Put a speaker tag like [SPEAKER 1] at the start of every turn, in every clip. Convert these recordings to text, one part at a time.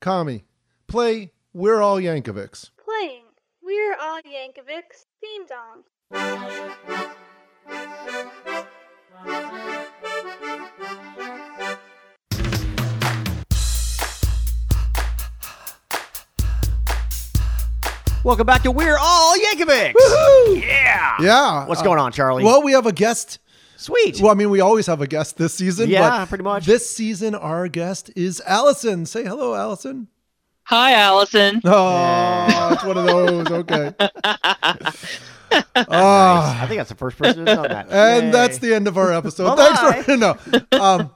[SPEAKER 1] Kami, play We're All Yankovics.
[SPEAKER 2] Playing We're All Yankovic's theme song.
[SPEAKER 3] Welcome back to We're All Yankovics. Yeah.
[SPEAKER 1] Yeah.
[SPEAKER 3] What's
[SPEAKER 1] uh,
[SPEAKER 3] going on, Charlie?
[SPEAKER 1] Well, we have a guest.
[SPEAKER 3] Sweet.
[SPEAKER 1] Well, I mean, we always have a guest this season.
[SPEAKER 3] Yeah,
[SPEAKER 1] but
[SPEAKER 3] pretty much.
[SPEAKER 1] This season, our guest is Allison. Say hello, Allison.
[SPEAKER 4] Hi, Allison.
[SPEAKER 1] Oh, it's one of those. Okay. Oh,
[SPEAKER 3] I think that's the first person who's done that.
[SPEAKER 1] And
[SPEAKER 3] Yay.
[SPEAKER 1] that's the end of our episode.
[SPEAKER 3] Bye-bye.
[SPEAKER 1] Thanks for no. Um,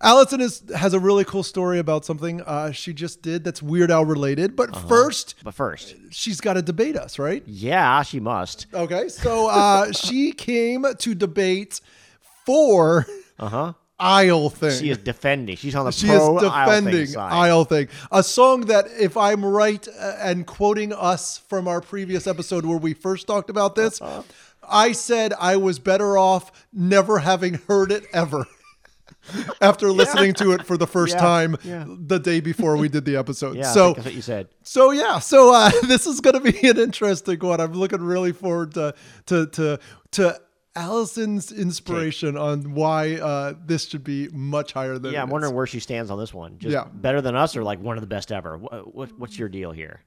[SPEAKER 1] Allison is has a really cool story about something uh, she just did that's Weird Al related. But
[SPEAKER 3] Uh-huh.
[SPEAKER 1] first,
[SPEAKER 3] But first,
[SPEAKER 1] she's got to debate us, right?
[SPEAKER 3] yeah, she must.
[SPEAKER 1] Okay, so uh, she came to debate for
[SPEAKER 3] Uh huh.
[SPEAKER 1] aisle thing.
[SPEAKER 3] She is defending. She's on the
[SPEAKER 1] Uh-huh. She is
[SPEAKER 3] pro aisle thing
[SPEAKER 1] defending
[SPEAKER 3] side.
[SPEAKER 1] aisle thing, a song that, if I'm right, uh, and quoting us from our previous episode where we first talked about this,
[SPEAKER 3] Uh-huh.
[SPEAKER 1] I said I was better off never having heard it ever. After listening to it for the first
[SPEAKER 3] Yeah,
[SPEAKER 1] time
[SPEAKER 3] yeah.
[SPEAKER 1] the day before we did the episode,
[SPEAKER 3] Yeah, I
[SPEAKER 1] so
[SPEAKER 3] think that's what you said.
[SPEAKER 1] so yeah, so uh, this is going to be an interesting one. I'm looking really forward to to to to Allison's inspiration on why uh, this should be much higher than.
[SPEAKER 3] Yeah, I'm
[SPEAKER 1] it
[SPEAKER 3] wondering where she stands on this one. Just
[SPEAKER 1] Yeah.
[SPEAKER 3] better than us, or like one of the best ever. What, what, what's your deal here?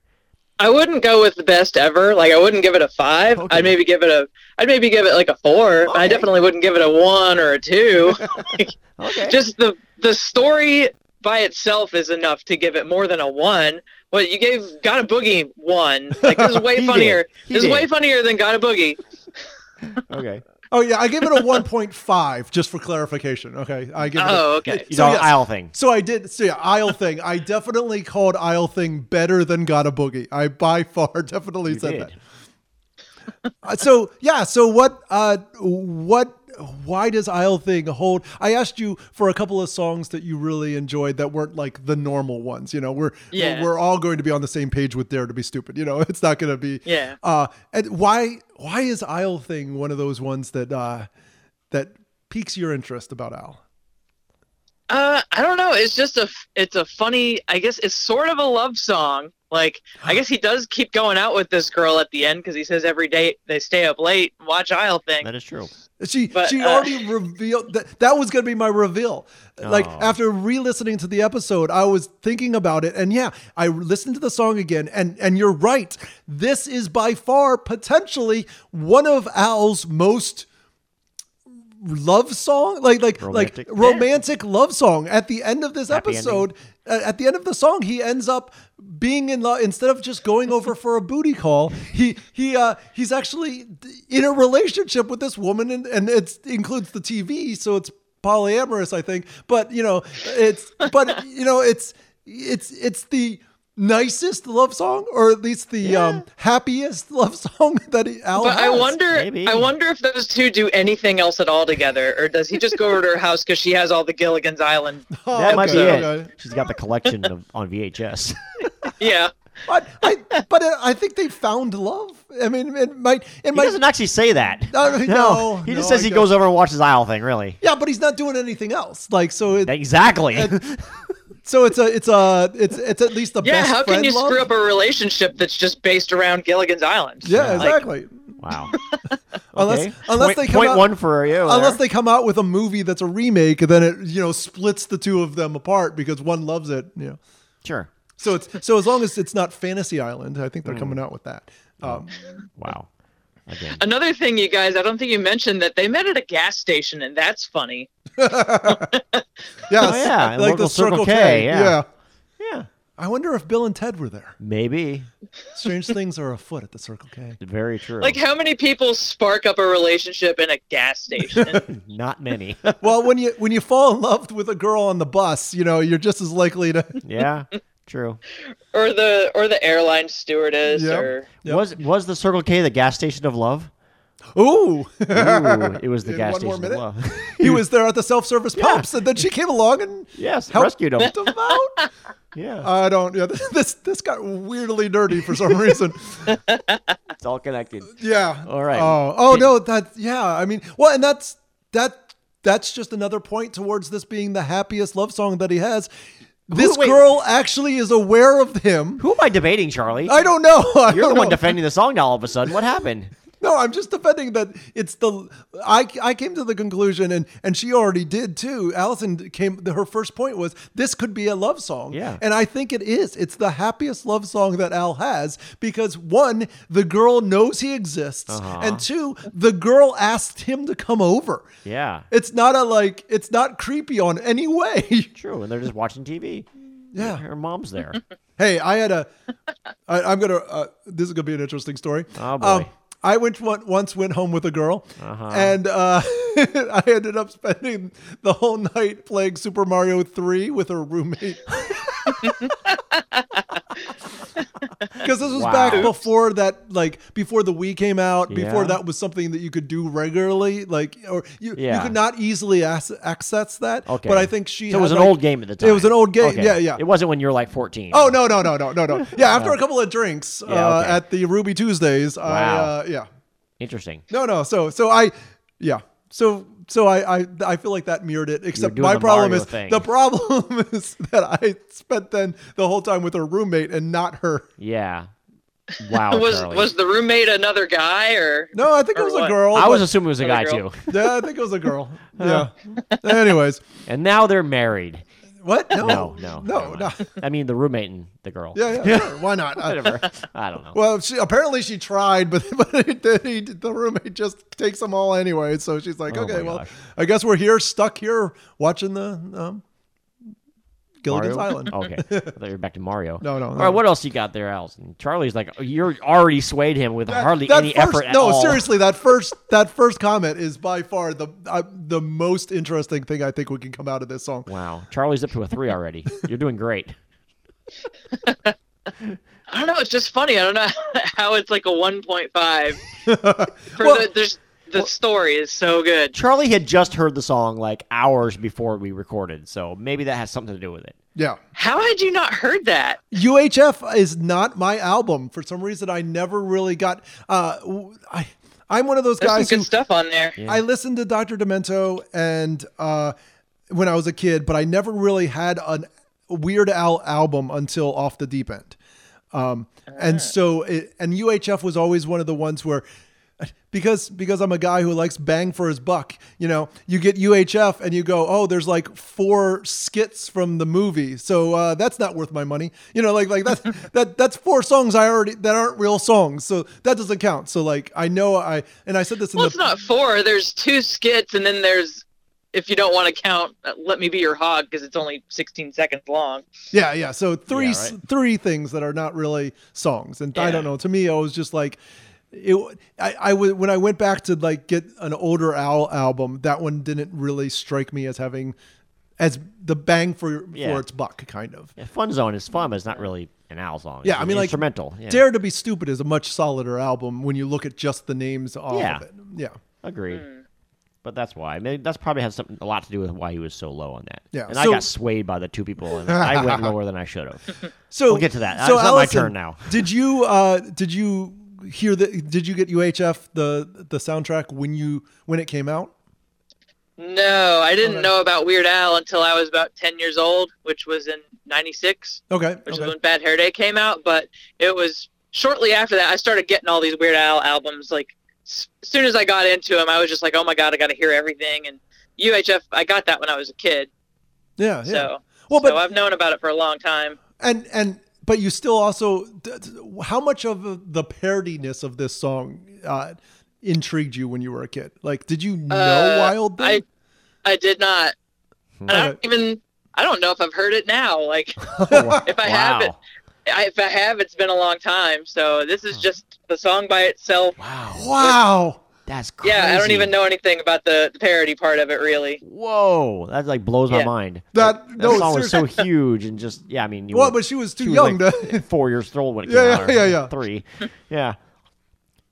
[SPEAKER 4] I wouldn't go with the best ever. Like I wouldn't give it a five.
[SPEAKER 3] Okay.
[SPEAKER 4] I'd maybe give it a. I'd maybe give it like a four. but
[SPEAKER 3] Okay.
[SPEAKER 4] I definitely wouldn't give it a one or a two.
[SPEAKER 3] Okay.
[SPEAKER 4] Just the the story by itself is enough to give it more than a one. But you gave Got a Boogie one. Like this is way
[SPEAKER 3] He
[SPEAKER 4] funnier.
[SPEAKER 3] did. He
[SPEAKER 4] This is
[SPEAKER 3] did.
[SPEAKER 4] way funnier than Got a Boogie.
[SPEAKER 3] okay.
[SPEAKER 1] is. Oh yeah, I gave it a 1.5 just for clarification. Okay, I give it. A,
[SPEAKER 4] Oh, okay.
[SPEAKER 3] You
[SPEAKER 1] So,
[SPEAKER 3] know,
[SPEAKER 1] yes.
[SPEAKER 3] aisle thing.
[SPEAKER 1] so I did. So yeah, aisle thing. I definitely called aisle thing better than got a boogie. I by far definitely
[SPEAKER 3] You
[SPEAKER 1] said
[SPEAKER 3] did.
[SPEAKER 1] that. Uh, so yeah so what uh what why does aisle thing hold i asked you for a couple of songs that you really enjoyed that weren't like the normal ones you know we're
[SPEAKER 4] Yeah.
[SPEAKER 1] we're all going to be on the same page with dare to be stupid you know it's not going to be
[SPEAKER 4] Yeah.
[SPEAKER 1] uh and why why is aisle thing one of those ones that uh that piques your interest about al
[SPEAKER 4] Uh, I don't know. It's just a, f- it's a funny. I guess it's sort of a love song. Like, I guess he does keep going out with this girl at the end because he says every day they stay up late, watch Isle thing.
[SPEAKER 3] That is true.
[SPEAKER 1] She
[SPEAKER 4] But,
[SPEAKER 1] she
[SPEAKER 4] uh,
[SPEAKER 1] already revealed that that was going to be my reveal. Like
[SPEAKER 3] Oh.
[SPEAKER 1] after re-listening to the episode, I was thinking about it, and yeah, I listened to the song again, and and you're right. This is by far potentially one of Al's most love song like like
[SPEAKER 3] Romantic.
[SPEAKER 1] like romantic love song at the end of this
[SPEAKER 3] Happy
[SPEAKER 1] episode uh, at the end of the song he ends up being in love instead of just going over for a booty call he he uh he's actually in a relationship with this woman and, and it includes the tv so it's polyamorous i think but you know it's but you know it's it's it's the nicest love song or at least the um happiest love song that he, Al
[SPEAKER 4] but I
[SPEAKER 1] has.
[SPEAKER 4] wonder,
[SPEAKER 3] maybe.
[SPEAKER 4] I wonder if those two do anything else at all together, or does he just go over to her house because she has all the Gilligan's Island?
[SPEAKER 1] Oh,
[SPEAKER 3] that might be
[SPEAKER 1] okay,
[SPEAKER 3] it.
[SPEAKER 1] okay.
[SPEAKER 3] She's got the collection of, on VHS.
[SPEAKER 4] Yeah,
[SPEAKER 1] But I, but I think they found love. I mean, it might, it
[SPEAKER 3] He
[SPEAKER 1] might.
[SPEAKER 3] doesn't actually say that.
[SPEAKER 1] No, no,
[SPEAKER 3] he just
[SPEAKER 1] no,
[SPEAKER 3] says
[SPEAKER 1] I
[SPEAKER 3] he
[SPEAKER 1] guess-
[SPEAKER 3] goes over and watches aisle thing. Really,
[SPEAKER 1] Yeah, but he's not doing anything else. Like so, it,
[SPEAKER 3] exactly.
[SPEAKER 1] so it's a, it's a, it's, it's at least the
[SPEAKER 4] yeah.
[SPEAKER 1] best
[SPEAKER 4] How can
[SPEAKER 1] friend
[SPEAKER 4] you
[SPEAKER 1] love.
[SPEAKER 4] screw up a relationship that's just based around Gilligan's Island?
[SPEAKER 1] Yeah,
[SPEAKER 3] Like-
[SPEAKER 1] exactly.
[SPEAKER 3] wow.
[SPEAKER 1] Unless-
[SPEAKER 3] Okay.
[SPEAKER 1] unless
[SPEAKER 3] Point-
[SPEAKER 1] they come
[SPEAKER 3] point
[SPEAKER 1] out-
[SPEAKER 3] one for you.
[SPEAKER 1] Unless
[SPEAKER 3] there.
[SPEAKER 1] they come out with a movie that's a remake, and then it you know splits the two of them apart because one loves it. You know,
[SPEAKER 3] sure.
[SPEAKER 1] so it's so as long as it's not Fantasy Island, I think
[SPEAKER 3] Hmm.
[SPEAKER 1] they're coming out with that. Um,
[SPEAKER 3] Wow. Again.
[SPEAKER 4] Another thing, you guys, I don't think you mentioned that they met at a gas station, and that's funny.
[SPEAKER 1] yes,
[SPEAKER 3] Oh, yeah,
[SPEAKER 1] like
[SPEAKER 3] local
[SPEAKER 1] the Circle,
[SPEAKER 3] Circle
[SPEAKER 1] K.
[SPEAKER 3] K, yeah. Yeah.
[SPEAKER 1] I wonder if Bill and Ted were there.
[SPEAKER 3] Maybe.
[SPEAKER 1] Strange things are afoot at the Circle K.
[SPEAKER 3] Very true.
[SPEAKER 4] Like, how many people spark up a relationship in a gas station?
[SPEAKER 3] Not many.
[SPEAKER 1] Well, when you when you fall in love with a girl on the bus, you know you're just as likely to.
[SPEAKER 3] yeah. True.
[SPEAKER 4] or the or the airline stewardess
[SPEAKER 1] Yep.
[SPEAKER 4] or
[SPEAKER 1] Yep.
[SPEAKER 3] Was was the Circle K the gas station of love?
[SPEAKER 1] Ooh,
[SPEAKER 3] Ooh, it was the
[SPEAKER 1] In
[SPEAKER 3] gas
[SPEAKER 1] one more
[SPEAKER 3] station
[SPEAKER 1] minute?
[SPEAKER 3] of love.
[SPEAKER 1] he was there at the self service pumps, and then she came along and
[SPEAKER 3] yes,
[SPEAKER 1] Help.
[SPEAKER 3] rescued him.
[SPEAKER 1] helped him out.
[SPEAKER 3] yeah,
[SPEAKER 1] I don't. Yeah, this this got weirdly nerdy for some reason.
[SPEAKER 3] it's all connected.
[SPEAKER 1] uh, Yeah.
[SPEAKER 3] All right.
[SPEAKER 1] Oh, oh no, that yeah. I mean, well, and that's that that's just another point towards this being the happiest love song that he has. This
[SPEAKER 3] wait.
[SPEAKER 1] girl actually is aware of him.
[SPEAKER 3] Who am I debating, Charlie?
[SPEAKER 1] I don't know. I
[SPEAKER 3] You're the
[SPEAKER 1] don't
[SPEAKER 3] one
[SPEAKER 1] know.
[SPEAKER 3] defending the song now all of a sudden. What happened?
[SPEAKER 1] No, I'm just defending that it's the I, I came to the conclusion and and she already did too. Allison came her first point was this could be a love song.
[SPEAKER 3] Yeah.
[SPEAKER 1] And I think it is. It's the happiest love song that Al has because one, the girl knows he exists and two, the girl asked him to come over.
[SPEAKER 3] Yeah.
[SPEAKER 1] It's not a like it's not creepy on any way.
[SPEAKER 3] True. And they're just watching TV.
[SPEAKER 1] yeah.
[SPEAKER 3] Her mom's there.
[SPEAKER 1] Hey, I had a. I, I'm gonna. Uh, this is gonna be an interesting story. Um,
[SPEAKER 3] Oh, boy. Uh-huh.
[SPEAKER 1] I went one- once went home with a girl, and uh, I ended up spending the whole night playing Super Mario Three with her roommate. Because this was
[SPEAKER 3] Wow.
[SPEAKER 1] back before that, like before the Wii came out, before
[SPEAKER 3] Yeah.
[SPEAKER 1] that was something that you could do regularly, like or you
[SPEAKER 3] Yeah.
[SPEAKER 1] you could not easily ac- access that.
[SPEAKER 3] Okay.
[SPEAKER 1] But I think she
[SPEAKER 3] So it was
[SPEAKER 1] had,
[SPEAKER 3] an
[SPEAKER 1] like-
[SPEAKER 3] old game at the time.
[SPEAKER 1] It was an old game.
[SPEAKER 3] Okay.
[SPEAKER 1] Yeah, yeah.
[SPEAKER 3] It wasn't when you were like 14.
[SPEAKER 1] Oh no no no no no no! Yeah, after a couple of drinks
[SPEAKER 3] Yeah,
[SPEAKER 1] uh,
[SPEAKER 3] okay.
[SPEAKER 1] at the Ruby Tuesdays, I
[SPEAKER 3] Wow.
[SPEAKER 1] uh, yeah
[SPEAKER 3] Interesting.
[SPEAKER 1] no no so so I yeah so so I I, I feel like that mirrored it. Except
[SPEAKER 3] doing
[SPEAKER 1] my
[SPEAKER 3] the
[SPEAKER 1] problem
[SPEAKER 3] Mario
[SPEAKER 1] is
[SPEAKER 3] thing.
[SPEAKER 1] the problem is that I spent then the whole time with her roommate and not her.
[SPEAKER 3] Yeah. Wow.
[SPEAKER 4] was
[SPEAKER 3] Charlie.
[SPEAKER 4] was the roommate another guy or
[SPEAKER 1] No, I think it
[SPEAKER 4] Or
[SPEAKER 1] was a
[SPEAKER 4] what?
[SPEAKER 1] girl.
[SPEAKER 3] I was
[SPEAKER 1] but-
[SPEAKER 3] assuming it was a guy
[SPEAKER 4] Another
[SPEAKER 3] too.
[SPEAKER 4] girl.
[SPEAKER 1] yeah, I think it was a girl. Yeah. Anyways,
[SPEAKER 3] And now they're married.
[SPEAKER 1] what? No,
[SPEAKER 3] No,
[SPEAKER 1] no,
[SPEAKER 3] no. never
[SPEAKER 1] no.
[SPEAKER 3] mind. I mean the roommate and the girl.
[SPEAKER 1] Yeah, yeah. sure, Why not? I-
[SPEAKER 3] Whatever. I don't know.
[SPEAKER 1] Well, she apparently she tried, but but it, then he, the roommate just takes them all anyway. So she's like,
[SPEAKER 3] Oh
[SPEAKER 1] okay,
[SPEAKER 3] my
[SPEAKER 1] well,
[SPEAKER 3] gosh.
[SPEAKER 1] I guess we're here, stuck here, watching the um, Gilligan's
[SPEAKER 3] Mario?
[SPEAKER 1] Island.
[SPEAKER 3] Okay. I thought you were back to Mario.
[SPEAKER 1] No, no,
[SPEAKER 3] All
[SPEAKER 1] no.
[SPEAKER 3] right, what else you got there, Allison? Charlie's like, oh, you're already swayed him with hardly any
[SPEAKER 1] first,
[SPEAKER 3] effort at
[SPEAKER 1] no,
[SPEAKER 3] all.
[SPEAKER 1] seriously, that first that first comment is by far the uh, the most interesting thing I think we can come out of this song.
[SPEAKER 3] Wow. Charlie's up to a three already. You're doing great.
[SPEAKER 4] I don't know. It's just funny. I don't know how it's like a 1.5. For
[SPEAKER 1] Well-
[SPEAKER 4] the, there's the story is so good.
[SPEAKER 3] Charlie had just heard the song like hours before we recorded, so maybe that has something to do with it.
[SPEAKER 1] Yeah.
[SPEAKER 4] How had you not heard that?
[SPEAKER 1] UHF is not my album. For some reason, I never really got. Uh, w- I I'm one of those
[SPEAKER 4] There's some
[SPEAKER 1] guys who
[SPEAKER 4] good stuff on there.
[SPEAKER 1] I listened to Dr. Demento and uh, when I was a kid, but I never really had an Weird Al album until Off the Deep End. Um, and so, it, and UHF was always one of the ones where, because because I'm a guy who likes bang for his buck, you know, you get UHF and you go, oh, there's like four skits from the movie, so uh, that's not worth my money, you know, like like that's that that's four songs I already that aren't real songs, so that doesn't count. So like I know I and I said this in
[SPEAKER 4] Well,
[SPEAKER 1] the
[SPEAKER 4] it's not four. There's two skits, and then there's, if you don't want to count, uh, let me be your hog because it's only 16 seconds long.
[SPEAKER 1] Yeah, yeah. So three
[SPEAKER 3] Yeah,
[SPEAKER 1] s
[SPEAKER 3] right.
[SPEAKER 1] three things that are not really songs, and I
[SPEAKER 4] Yeah.
[SPEAKER 1] don't know. To me, I was just like, it. I, I w- when I went back to like get an older Owl album, that one didn't really strike me as having as the bang for
[SPEAKER 3] Yeah.
[SPEAKER 1] for its buck kind of.
[SPEAKER 3] Yeah, fun Zone is fun, but it's not really an owl song.
[SPEAKER 1] Yeah,
[SPEAKER 3] It's
[SPEAKER 1] I
[SPEAKER 3] an
[SPEAKER 1] mean, like,
[SPEAKER 3] instrumental. Yeah.
[SPEAKER 1] Dare to be stupid is a much solider album when you look at just the names off
[SPEAKER 3] Yeah.
[SPEAKER 1] of it. Yeah.
[SPEAKER 3] Agreed.
[SPEAKER 4] Mm.
[SPEAKER 3] But that's why. Maybe that's probably has something a lot to do with why he was so low on that.
[SPEAKER 1] Yeah,
[SPEAKER 3] And I
[SPEAKER 1] so-
[SPEAKER 3] got swayed by the two people, and I went lower than I should have.
[SPEAKER 1] So
[SPEAKER 3] We'll get to that. It's not my turn now.
[SPEAKER 1] did you uh, did you hear the did you get UHF the the soundtrack when you when it came out?
[SPEAKER 4] No, I didn't
[SPEAKER 1] Okay.
[SPEAKER 4] know about Weird Al until I was about 10 years old, which was in 96,
[SPEAKER 1] Okay.
[SPEAKER 4] which
[SPEAKER 1] okay.
[SPEAKER 4] is when Bad Hair Day came out. But it was shortly after that I started getting all these Weird Al albums. Like, s- as soon as I got into them, I was just like, oh my God, I got to hear everything. And UHF, I got that when I was a kid.
[SPEAKER 1] Oh, yeah. Yeah.
[SPEAKER 4] So,
[SPEAKER 1] Well, but
[SPEAKER 4] so I've known about it for a long time.
[SPEAKER 1] and and but you still also d- d- how much of the parodiness of this song uh, intrigued you when you were a kid? Like, did you know
[SPEAKER 4] Uh,
[SPEAKER 1] Wild
[SPEAKER 4] I,
[SPEAKER 1] Thing?
[SPEAKER 4] I did not. And I don't
[SPEAKER 1] Okay.
[SPEAKER 4] even. I don't know if I've heard it now. Like, if I
[SPEAKER 3] wow.
[SPEAKER 4] have it, I, if I have, it's been a long time. So this is just the song by itself.
[SPEAKER 3] Wow.
[SPEAKER 1] wow.
[SPEAKER 3] That's crazy.
[SPEAKER 4] Yeah, I don't even know anything about the, the parody part of it really.
[SPEAKER 3] Whoa, that like blows my
[SPEAKER 4] Yeah.
[SPEAKER 3] mind.
[SPEAKER 1] That-
[SPEAKER 3] that
[SPEAKER 1] no,
[SPEAKER 3] song was so huge and just yeah. I mean, you
[SPEAKER 1] Well,
[SPEAKER 3] were-
[SPEAKER 1] but she was too
[SPEAKER 3] she was,
[SPEAKER 1] young
[SPEAKER 3] like,
[SPEAKER 1] to.
[SPEAKER 3] four years old when it
[SPEAKER 1] Yeah,
[SPEAKER 3] came out.
[SPEAKER 1] yeah,
[SPEAKER 3] or
[SPEAKER 1] yeah, yeah.
[SPEAKER 3] Three, yeah.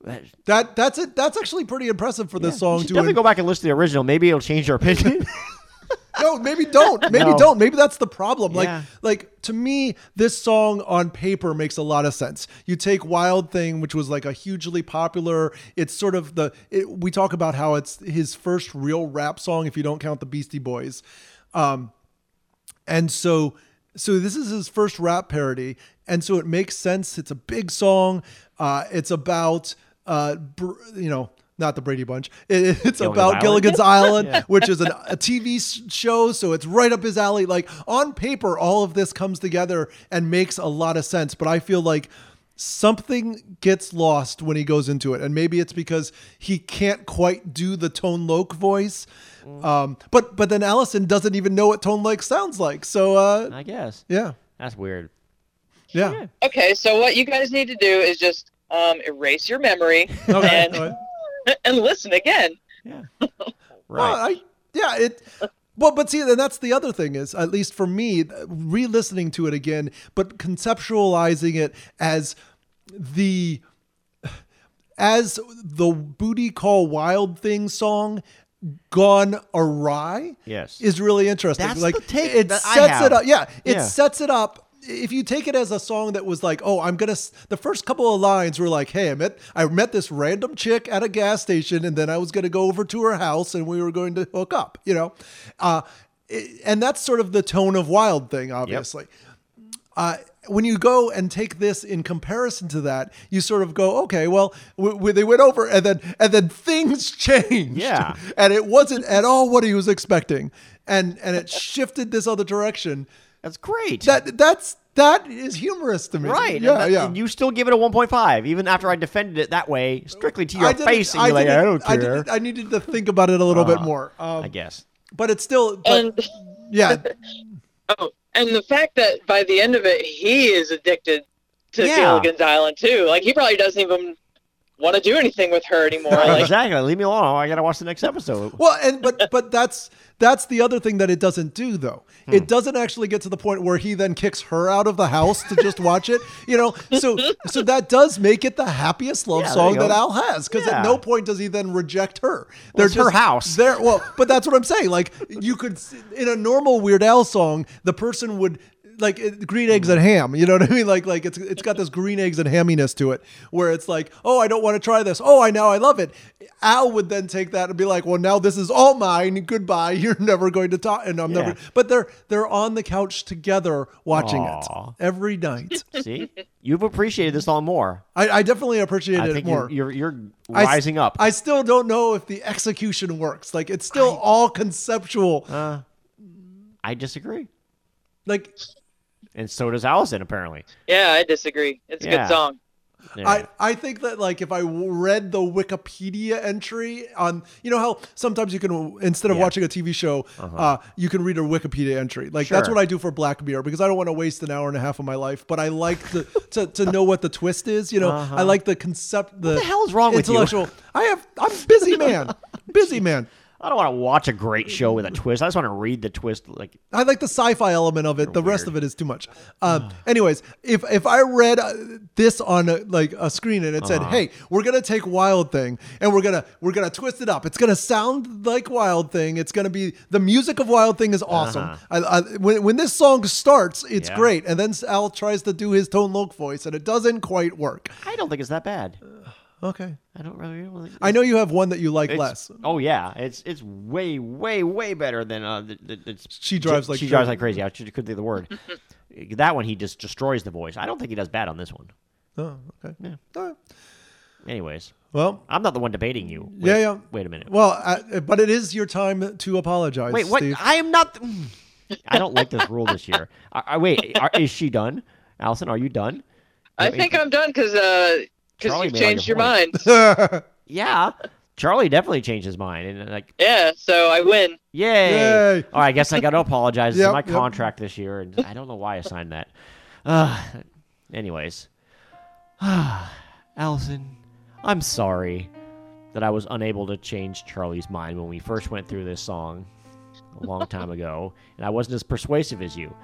[SPEAKER 3] That-
[SPEAKER 1] That that's it. That's actually pretty impressive for this
[SPEAKER 3] you
[SPEAKER 1] song.
[SPEAKER 3] should
[SPEAKER 1] To
[SPEAKER 3] definitely
[SPEAKER 1] en-
[SPEAKER 3] go back and listen to the original. Maybe it'll change your opinion.
[SPEAKER 1] no, maybe don't. Maybe
[SPEAKER 3] No.
[SPEAKER 1] don't. Maybe that's the problem. Like,
[SPEAKER 3] Yeah.
[SPEAKER 1] like to me, this song on paper makes a lot of sense. You take Wild Thing, which was like a hugely popular. It's sort of the it, we talk about how it's his first real rap song, if you don't count the Beastie Boys. Um, and so so this is his first rap parody, and so it makes sense. It's a big song. Uh, it's about uh, br- you know. Not the Brady Bunch. It- It's
[SPEAKER 3] Gilligan's
[SPEAKER 1] about
[SPEAKER 3] Island?
[SPEAKER 1] Gilligan's Island, which is an, a TV s- show, so it's right up his alley. Like on paper, all of this comes together and makes a lot of sense. But I feel like something gets lost when he goes into it, and maybe it's because he can't quite do the Tone Loc voice. Um, but but then Allison doesn't even know what Tone Loc sounds like. So uh,
[SPEAKER 3] I guess
[SPEAKER 1] yeah.
[SPEAKER 3] that's weird.
[SPEAKER 1] Yeah.
[SPEAKER 3] Yeah.
[SPEAKER 4] Okay, so what you guys need to do is just um, erase your memory
[SPEAKER 1] Okay.
[SPEAKER 4] and,
[SPEAKER 1] all right.
[SPEAKER 4] and listen again.
[SPEAKER 1] Well,
[SPEAKER 3] Right.
[SPEAKER 1] I- yeah. It. Well, but see, and that's the other thing is, at least for me, re-listening to it again, but conceptualizing it as the as the booty call wild thing song gone awry.
[SPEAKER 3] yes.
[SPEAKER 1] is really interesting.
[SPEAKER 3] That's
[SPEAKER 1] like
[SPEAKER 3] the take
[SPEAKER 1] it
[SPEAKER 3] that I
[SPEAKER 1] sets
[SPEAKER 3] have.
[SPEAKER 1] it up. Yeah, it
[SPEAKER 3] Yeah.
[SPEAKER 1] sets it up. If you take it as a song that was like, oh, I'm gonna, s- the first couple of lines were like, hey, I met I met this random chick at a gas station, and then I was gonna go over to her house, and we were going to hook up, you know, uh, it- and that's sort of the tone of Wild thing, obviously uh, when you go and take this in comparison to that, you sort of go, okay, well, w- w- they went over, and then and then things changed,
[SPEAKER 3] Yeah.
[SPEAKER 1] and it wasn't at all what he was expecting, and and it shifted this other direction.
[SPEAKER 3] that's great.
[SPEAKER 1] That that's that is humorous to me,
[SPEAKER 3] right.
[SPEAKER 1] Yeah,
[SPEAKER 3] and that-
[SPEAKER 1] yeah.
[SPEAKER 3] and you still give it a 1.5, even after I defended it that way, strictly to your
[SPEAKER 1] I didn't-
[SPEAKER 3] face, and you're like,
[SPEAKER 1] didn't-
[SPEAKER 3] I don't
[SPEAKER 1] I,
[SPEAKER 3] care.
[SPEAKER 1] didn't- I needed to think about it a little bit
[SPEAKER 3] Uh,
[SPEAKER 1] more, um,
[SPEAKER 3] I guess.
[SPEAKER 1] but it's still, but,
[SPEAKER 4] And
[SPEAKER 1] yeah,
[SPEAKER 4] oh, and the fact that by the end of it, he is addicted to
[SPEAKER 3] Yeah.
[SPEAKER 4] Gilligan's Island too. Like he probably doesn't even want to do anything with her anymore. Like
[SPEAKER 3] exactly. Leave me alone. I gotta watch the next episode.
[SPEAKER 1] Well, and but but that's that's the other thing that it doesn't do though.
[SPEAKER 3] Hmm.
[SPEAKER 1] It doesn't actually get to the point where he then kicks her out of the house to just watch it. You know, so so that does make it the happiest love
[SPEAKER 3] Yeah, there
[SPEAKER 1] song
[SPEAKER 3] you go.
[SPEAKER 1] that Al has because at
[SPEAKER 3] Yeah.
[SPEAKER 1] no point does he then reject her.
[SPEAKER 3] it's her house.
[SPEAKER 1] There. Well, but that's what I'm saying. Like you could s- in a normal Weird Al song, the person would. Like it, green eggs and ham, you know what I mean? Like, like it's it's got this green eggs and hamminess to it, where it's like, oh, I don't want to try this. Oh, I now I love it. Al would then take that and be like, well, now this is all mine. Goodbye. You're never going to talk, and I'm
[SPEAKER 3] Yeah.
[SPEAKER 1] never. But they're they're on the couch together watching
[SPEAKER 3] Aw.
[SPEAKER 1] it every night.
[SPEAKER 3] See, you've appreciated this all more.
[SPEAKER 1] I, I definitely appreciate
[SPEAKER 3] I
[SPEAKER 1] it
[SPEAKER 3] think
[SPEAKER 1] more.
[SPEAKER 3] you're you're, you're
[SPEAKER 1] I s-
[SPEAKER 3] rising up.
[SPEAKER 1] I still don't know if the execution works. Like it's still all conceptual.
[SPEAKER 3] uh, I disagree,
[SPEAKER 1] Like
[SPEAKER 3] and so does Allison. Apparently,
[SPEAKER 4] yeah, I disagree. It's a
[SPEAKER 3] Yeah.
[SPEAKER 4] good song.
[SPEAKER 3] There.
[SPEAKER 1] I, I think that like if I w- read the Wikipedia entry on you know how sometimes you can instead of
[SPEAKER 3] Yeah. Uh-huh.
[SPEAKER 1] watching a TV show uh you can read a Wikipedia entry like that's
[SPEAKER 3] Sure.
[SPEAKER 1] what I do for Black Mirror because I don't want to waste an hour and a half of my life but I like to to, to know what the twist is you know I like the concept the,
[SPEAKER 3] Uh-huh. the hell is wrong with you?
[SPEAKER 1] intellectual I have I'm busy man busy man
[SPEAKER 3] I don't want to watch a great show with a twist. I just want to read the twist. Like,
[SPEAKER 1] I like the sci-fi element of it. the rest
[SPEAKER 3] weird.
[SPEAKER 1] of it is too much. Um, anyways, if if I read uh, this on a, like a screen and it said,
[SPEAKER 3] Uh-huh.
[SPEAKER 1] "Hey, we're gonna take Wild Thing and we're gonna we're gonna twist it up. It's gonna sound like Wild Thing. It's gonna be the music of Wild Thing is awesome. I, I, when when this song starts, it's
[SPEAKER 3] Uh-huh. Yeah.
[SPEAKER 1] great, and then Al tries to do his Tone Loc voice, and it doesn't quite work.
[SPEAKER 3] I don't think it's that bad.
[SPEAKER 1] Okay,
[SPEAKER 3] I don't really. I don't think
[SPEAKER 1] I know you have one that you like
[SPEAKER 3] it's,
[SPEAKER 1] less.
[SPEAKER 3] Oh yeah, it's it's way way way better than uh. The, the, it's,
[SPEAKER 1] She drives like
[SPEAKER 3] she drives
[SPEAKER 1] crazy.
[SPEAKER 3] like crazy. I should- couldn't think of the word. that one he just destroys the voice. I don't think he does bad on this one.
[SPEAKER 1] Oh, okay. All right.
[SPEAKER 3] Anyways,
[SPEAKER 1] Well,
[SPEAKER 3] I'm not the one debating you. Wait,
[SPEAKER 1] Yeah, yeah.
[SPEAKER 3] Wait a minute.
[SPEAKER 1] well, uh, but it is your time to apologize.
[SPEAKER 3] wait, what?
[SPEAKER 1] Steve.
[SPEAKER 3] I am not. mm. I don't like this rule this year. I, I, wait, are, is she done? Allison, are you done?
[SPEAKER 4] I think I'm done because uh, because
[SPEAKER 3] Charlie
[SPEAKER 4] you've
[SPEAKER 3] made all
[SPEAKER 4] changed
[SPEAKER 3] your
[SPEAKER 4] your mind.
[SPEAKER 3] Yeah. Charlie definitely changed his mind and like,
[SPEAKER 4] yeah, so I win.
[SPEAKER 3] yay!
[SPEAKER 1] Yay.
[SPEAKER 3] All right, I guess I got to apologize. It's
[SPEAKER 1] Yep,
[SPEAKER 3] in my
[SPEAKER 1] yep.
[SPEAKER 3] contract this year, and I don't know why I signed that. Uh, anyways, Allison, I'm sorry that I was unable to change Charlie's mind when we first went through this song a long time ago, and I wasn't as persuasive as you.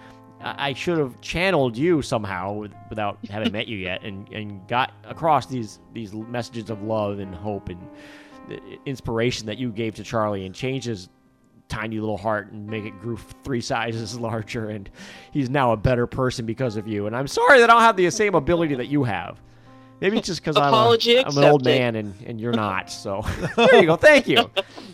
[SPEAKER 3] I I should have channeled you somehow with, without having met you yet, and, and got across these these messages of love and hope and the inspiration that you gave to Charlie, and changed his tiny little heart and make it grew three sizes larger. And he's now a better person because of you. And I'm sorry that I don't have the same ability that you have. Maybe it's just because I'm, a,
[SPEAKER 4] Apology
[SPEAKER 3] I'm an old
[SPEAKER 4] accepted.
[SPEAKER 3] man and, and you're not. So there you go. Thank you,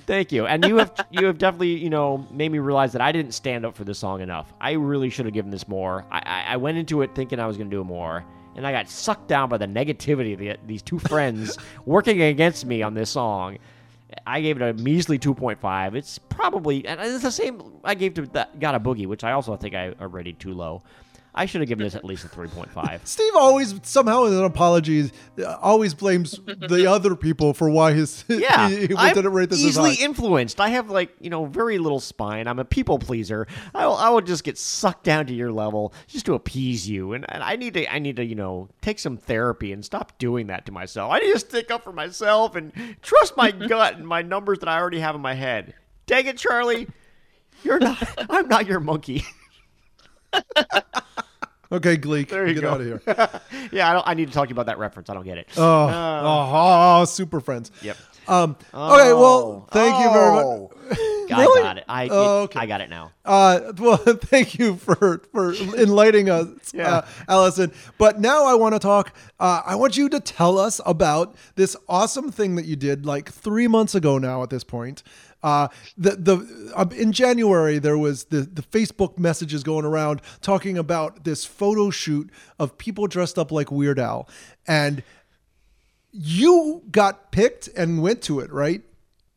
[SPEAKER 3] thank you. And you have you have definitely you know made me realize that I didn't stand up for this song enough. I really should have given this more. I, I, I went into it thinking I was going to do more, and I got sucked down by the negativity of the, these two friends working against me on this song. I gave it a measly 2.5. It's probably and it's the same I gave to that got a boogie, which I also think I already too low. I should have given this at least a 3.5.
[SPEAKER 1] Steve always somehow in an apology uh, always blames the other people for why his
[SPEAKER 3] Yeah,
[SPEAKER 1] he, he
[SPEAKER 3] I'm
[SPEAKER 1] didn't rate this as
[SPEAKER 3] easily
[SPEAKER 1] high.
[SPEAKER 3] influenced. I have like you know very little spine. I'm a people pleaser. I will, I will just get sucked down to your level just to appease you, and, and I need to I need to you know take some therapy and stop doing that to myself. I need to stick up for myself and trust my gut and my numbers that I already have in my head. Dang it, Charlie, you're not. I'm not your monkey.
[SPEAKER 1] Okay, Gleek,
[SPEAKER 3] There you
[SPEAKER 1] get
[SPEAKER 3] go.
[SPEAKER 1] out of here.
[SPEAKER 3] yeah, I don't. I need to talk to you about that reference. I don't get it.
[SPEAKER 1] Oh, oh, oh, super friends.
[SPEAKER 3] Yep.
[SPEAKER 1] Um, okay, well, thank you very
[SPEAKER 3] Oh.
[SPEAKER 1] much.
[SPEAKER 3] you very much.
[SPEAKER 1] Really?
[SPEAKER 3] I got it. I,
[SPEAKER 1] Oh,
[SPEAKER 3] it-
[SPEAKER 1] okay.
[SPEAKER 3] I got it now.
[SPEAKER 1] Uh, well, thank you for for enlightening us, uh,
[SPEAKER 3] Yeah.
[SPEAKER 1] Allison. But now I want to talk. Uh, I want you to tell us about this awesome thing that you did like three months ago. Now at this point, uh, the the uh, in January there was the the Facebook messages going around talking about this photo shoot of people dressed up like Weird Al, and you got picked and went to it, right?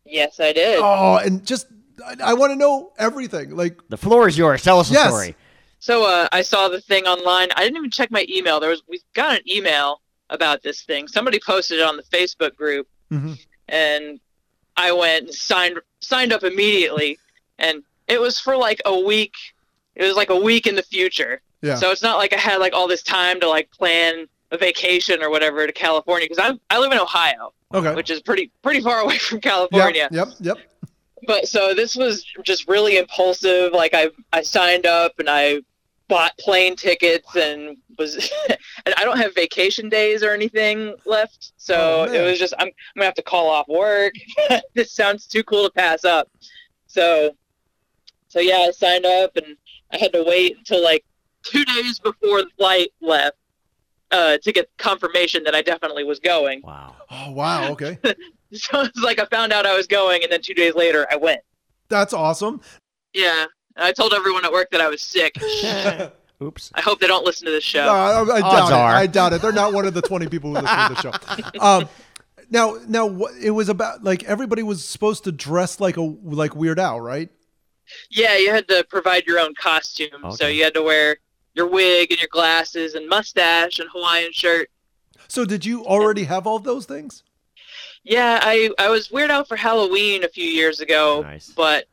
[SPEAKER 4] Yes, I did.
[SPEAKER 1] Oh, and just I, I want to know everything, like.
[SPEAKER 3] The floor is yours. Tell us the
[SPEAKER 1] Yes.
[SPEAKER 3] story.
[SPEAKER 4] So uh, I saw the thing online. I didn't even check my email. There was we got an email about this thing. Somebody posted it on the Facebook group,
[SPEAKER 1] Mhm.
[SPEAKER 4] and I went and signed signed up immediately. And it was for like a week. It was like a week in the future.
[SPEAKER 1] Yeah.
[SPEAKER 4] So it's not like I had like all this time to like plan a vacation or whatever to California because I'm I live in Ohio,
[SPEAKER 1] Okay.
[SPEAKER 4] which is pretty pretty far away from
[SPEAKER 1] Yeah,
[SPEAKER 4] California
[SPEAKER 1] Yep, yep.
[SPEAKER 4] but so this was just really impulsive like i i signed up and i bought plane tickets and was and i don't have vacation days or anything left so
[SPEAKER 1] Oh, man.
[SPEAKER 4] it was just I'm, I'm gonna have to call off work this sounds too cool to pass up so so yeah i signed up and i had to wait until like two days before the flight left uh, to get confirmation that i definitely was going
[SPEAKER 3] Wow.
[SPEAKER 1] Oh wow, okay.
[SPEAKER 4] so it's like i found out i was going and then two days later i went
[SPEAKER 1] That's awesome.
[SPEAKER 4] Yeah. And I told everyone at work that I was sick.
[SPEAKER 3] Oops.
[SPEAKER 4] I hope they don't listen to this
[SPEAKER 1] No,
[SPEAKER 4] show.
[SPEAKER 1] I, I doubt
[SPEAKER 3] Odds
[SPEAKER 1] it.
[SPEAKER 3] are.
[SPEAKER 1] I doubt it. They're not one of the 20 people who listen to the show. Um, now, now what- it was about like everybody was supposed to dress like a like Weird Al, right?
[SPEAKER 4] Yeah, you had to provide your own costume. So
[SPEAKER 3] Okay.
[SPEAKER 4] you had to wear your wig and your glasses and mustache and Hawaiian shirt.
[SPEAKER 1] So did you already have all those things?
[SPEAKER 4] Yeah, I, I was weird out for Halloween a few years ago,
[SPEAKER 3] Nice.
[SPEAKER 4] but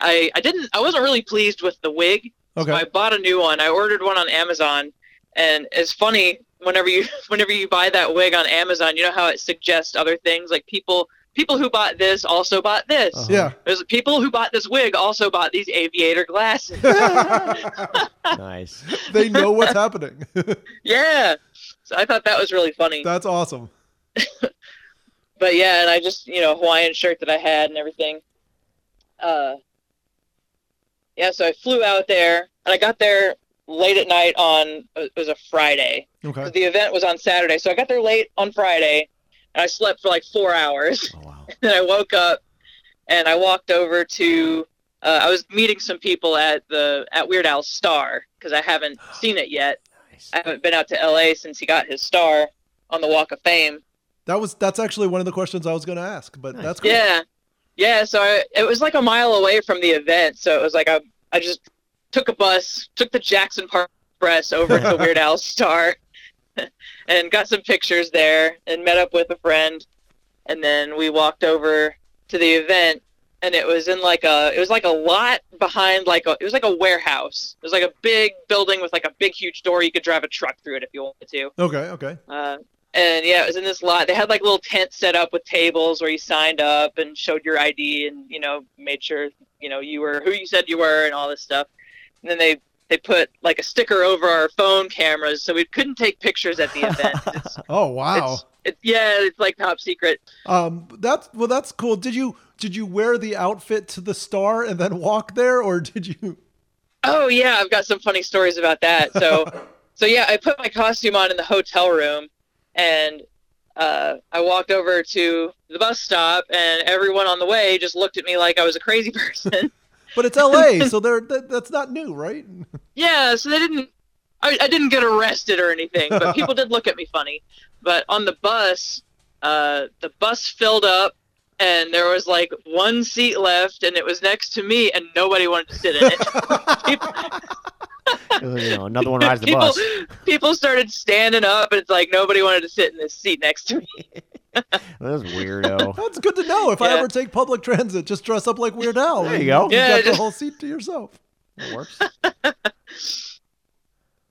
[SPEAKER 4] I, I didn't I wasn't really pleased with the wig.
[SPEAKER 1] Okay.
[SPEAKER 4] So I bought a new one. I ordered one on Amazon, and it's funny whenever you whenever you buy that wig on Amazon, you know how it suggests other things like people people who bought this also bought this.
[SPEAKER 3] Uh-huh.
[SPEAKER 1] yeah.
[SPEAKER 4] There's people who bought this wig also bought these aviator glasses.
[SPEAKER 3] nice.
[SPEAKER 1] they know what's happening.
[SPEAKER 4] yeah. So I thought that was really funny.
[SPEAKER 1] That's awesome.
[SPEAKER 4] But yeah, and I just, you know, Hawaiian shirt that I had and everything. Uh Yeah, so I flew out there and I got there late at night on it was a Friday. 'cause
[SPEAKER 1] Okay.
[SPEAKER 4] The event was on Saturday. So I got there late on Friday and I slept for like 4 hours.
[SPEAKER 3] Oh, wow.
[SPEAKER 4] then I woke up and I walked over to uh, I was meeting some people at the at Weird Al's Star because I haven't seen it yet.
[SPEAKER 3] Nice.
[SPEAKER 4] I haven't been out to LA since he got his star on the Walk of Fame.
[SPEAKER 1] That was that's actually one of the questions I was going to ask, but
[SPEAKER 3] Nice.
[SPEAKER 1] that's cool.
[SPEAKER 4] Yeah, yeah. So I, it was like a mile away from the event, so it was like I I just took a bus, took the Jackson Park Express over to Weird Al's Star, and got some pictures there, and met up with a friend, and then we walked over to the event. And it was in like a, it was like a lot behind like a, it was like a warehouse. It was like a big building with like a big huge door. You could drive a truck through it if you wanted to.
[SPEAKER 1] Okay, okay.
[SPEAKER 4] Uh, and yeah, it was in this lot. They had like little tents set up with tables where you signed up and showed your ID and you know made sure you know you were who you said you were and all this stuff. And then they they put like a sticker over our phone cameras so we couldn't take pictures at the event. It's,
[SPEAKER 1] Oh, wow.
[SPEAKER 4] it's, it's yeah, it's like top secret.
[SPEAKER 1] Um that's well that's cool. Did you did you wear the outfit to the star and then walk there or did you
[SPEAKER 4] Oh yeah, I've got some funny stories about that. So, so yeah, I put my costume on in the hotel room, and uh, I walked over to the bus stop, and everyone on the way just looked at me like I was a crazy person.
[SPEAKER 1] But it's L.A., so they're, that, that's not new, right?
[SPEAKER 4] yeah, so they didn't. I, I didn't get arrested or anything, but people did look at me funny. But on the bus, uh, the bus filled up, and there was like one seat left, and it was next to me, and nobody wanted to sit in it.
[SPEAKER 3] You know, another one rides the
[SPEAKER 4] people,
[SPEAKER 3] bus.
[SPEAKER 4] people started standing up, and it's like nobody wanted to sit in this seat next to me.
[SPEAKER 3] That's weirdo.
[SPEAKER 1] That's good to know. If I
[SPEAKER 4] Yeah.
[SPEAKER 1] ever take public transit, just dress up like Weird Al.
[SPEAKER 3] There you go.
[SPEAKER 1] You
[SPEAKER 4] Yeah,
[SPEAKER 1] got the
[SPEAKER 4] just-
[SPEAKER 1] whole seat to yourself.
[SPEAKER 3] It works.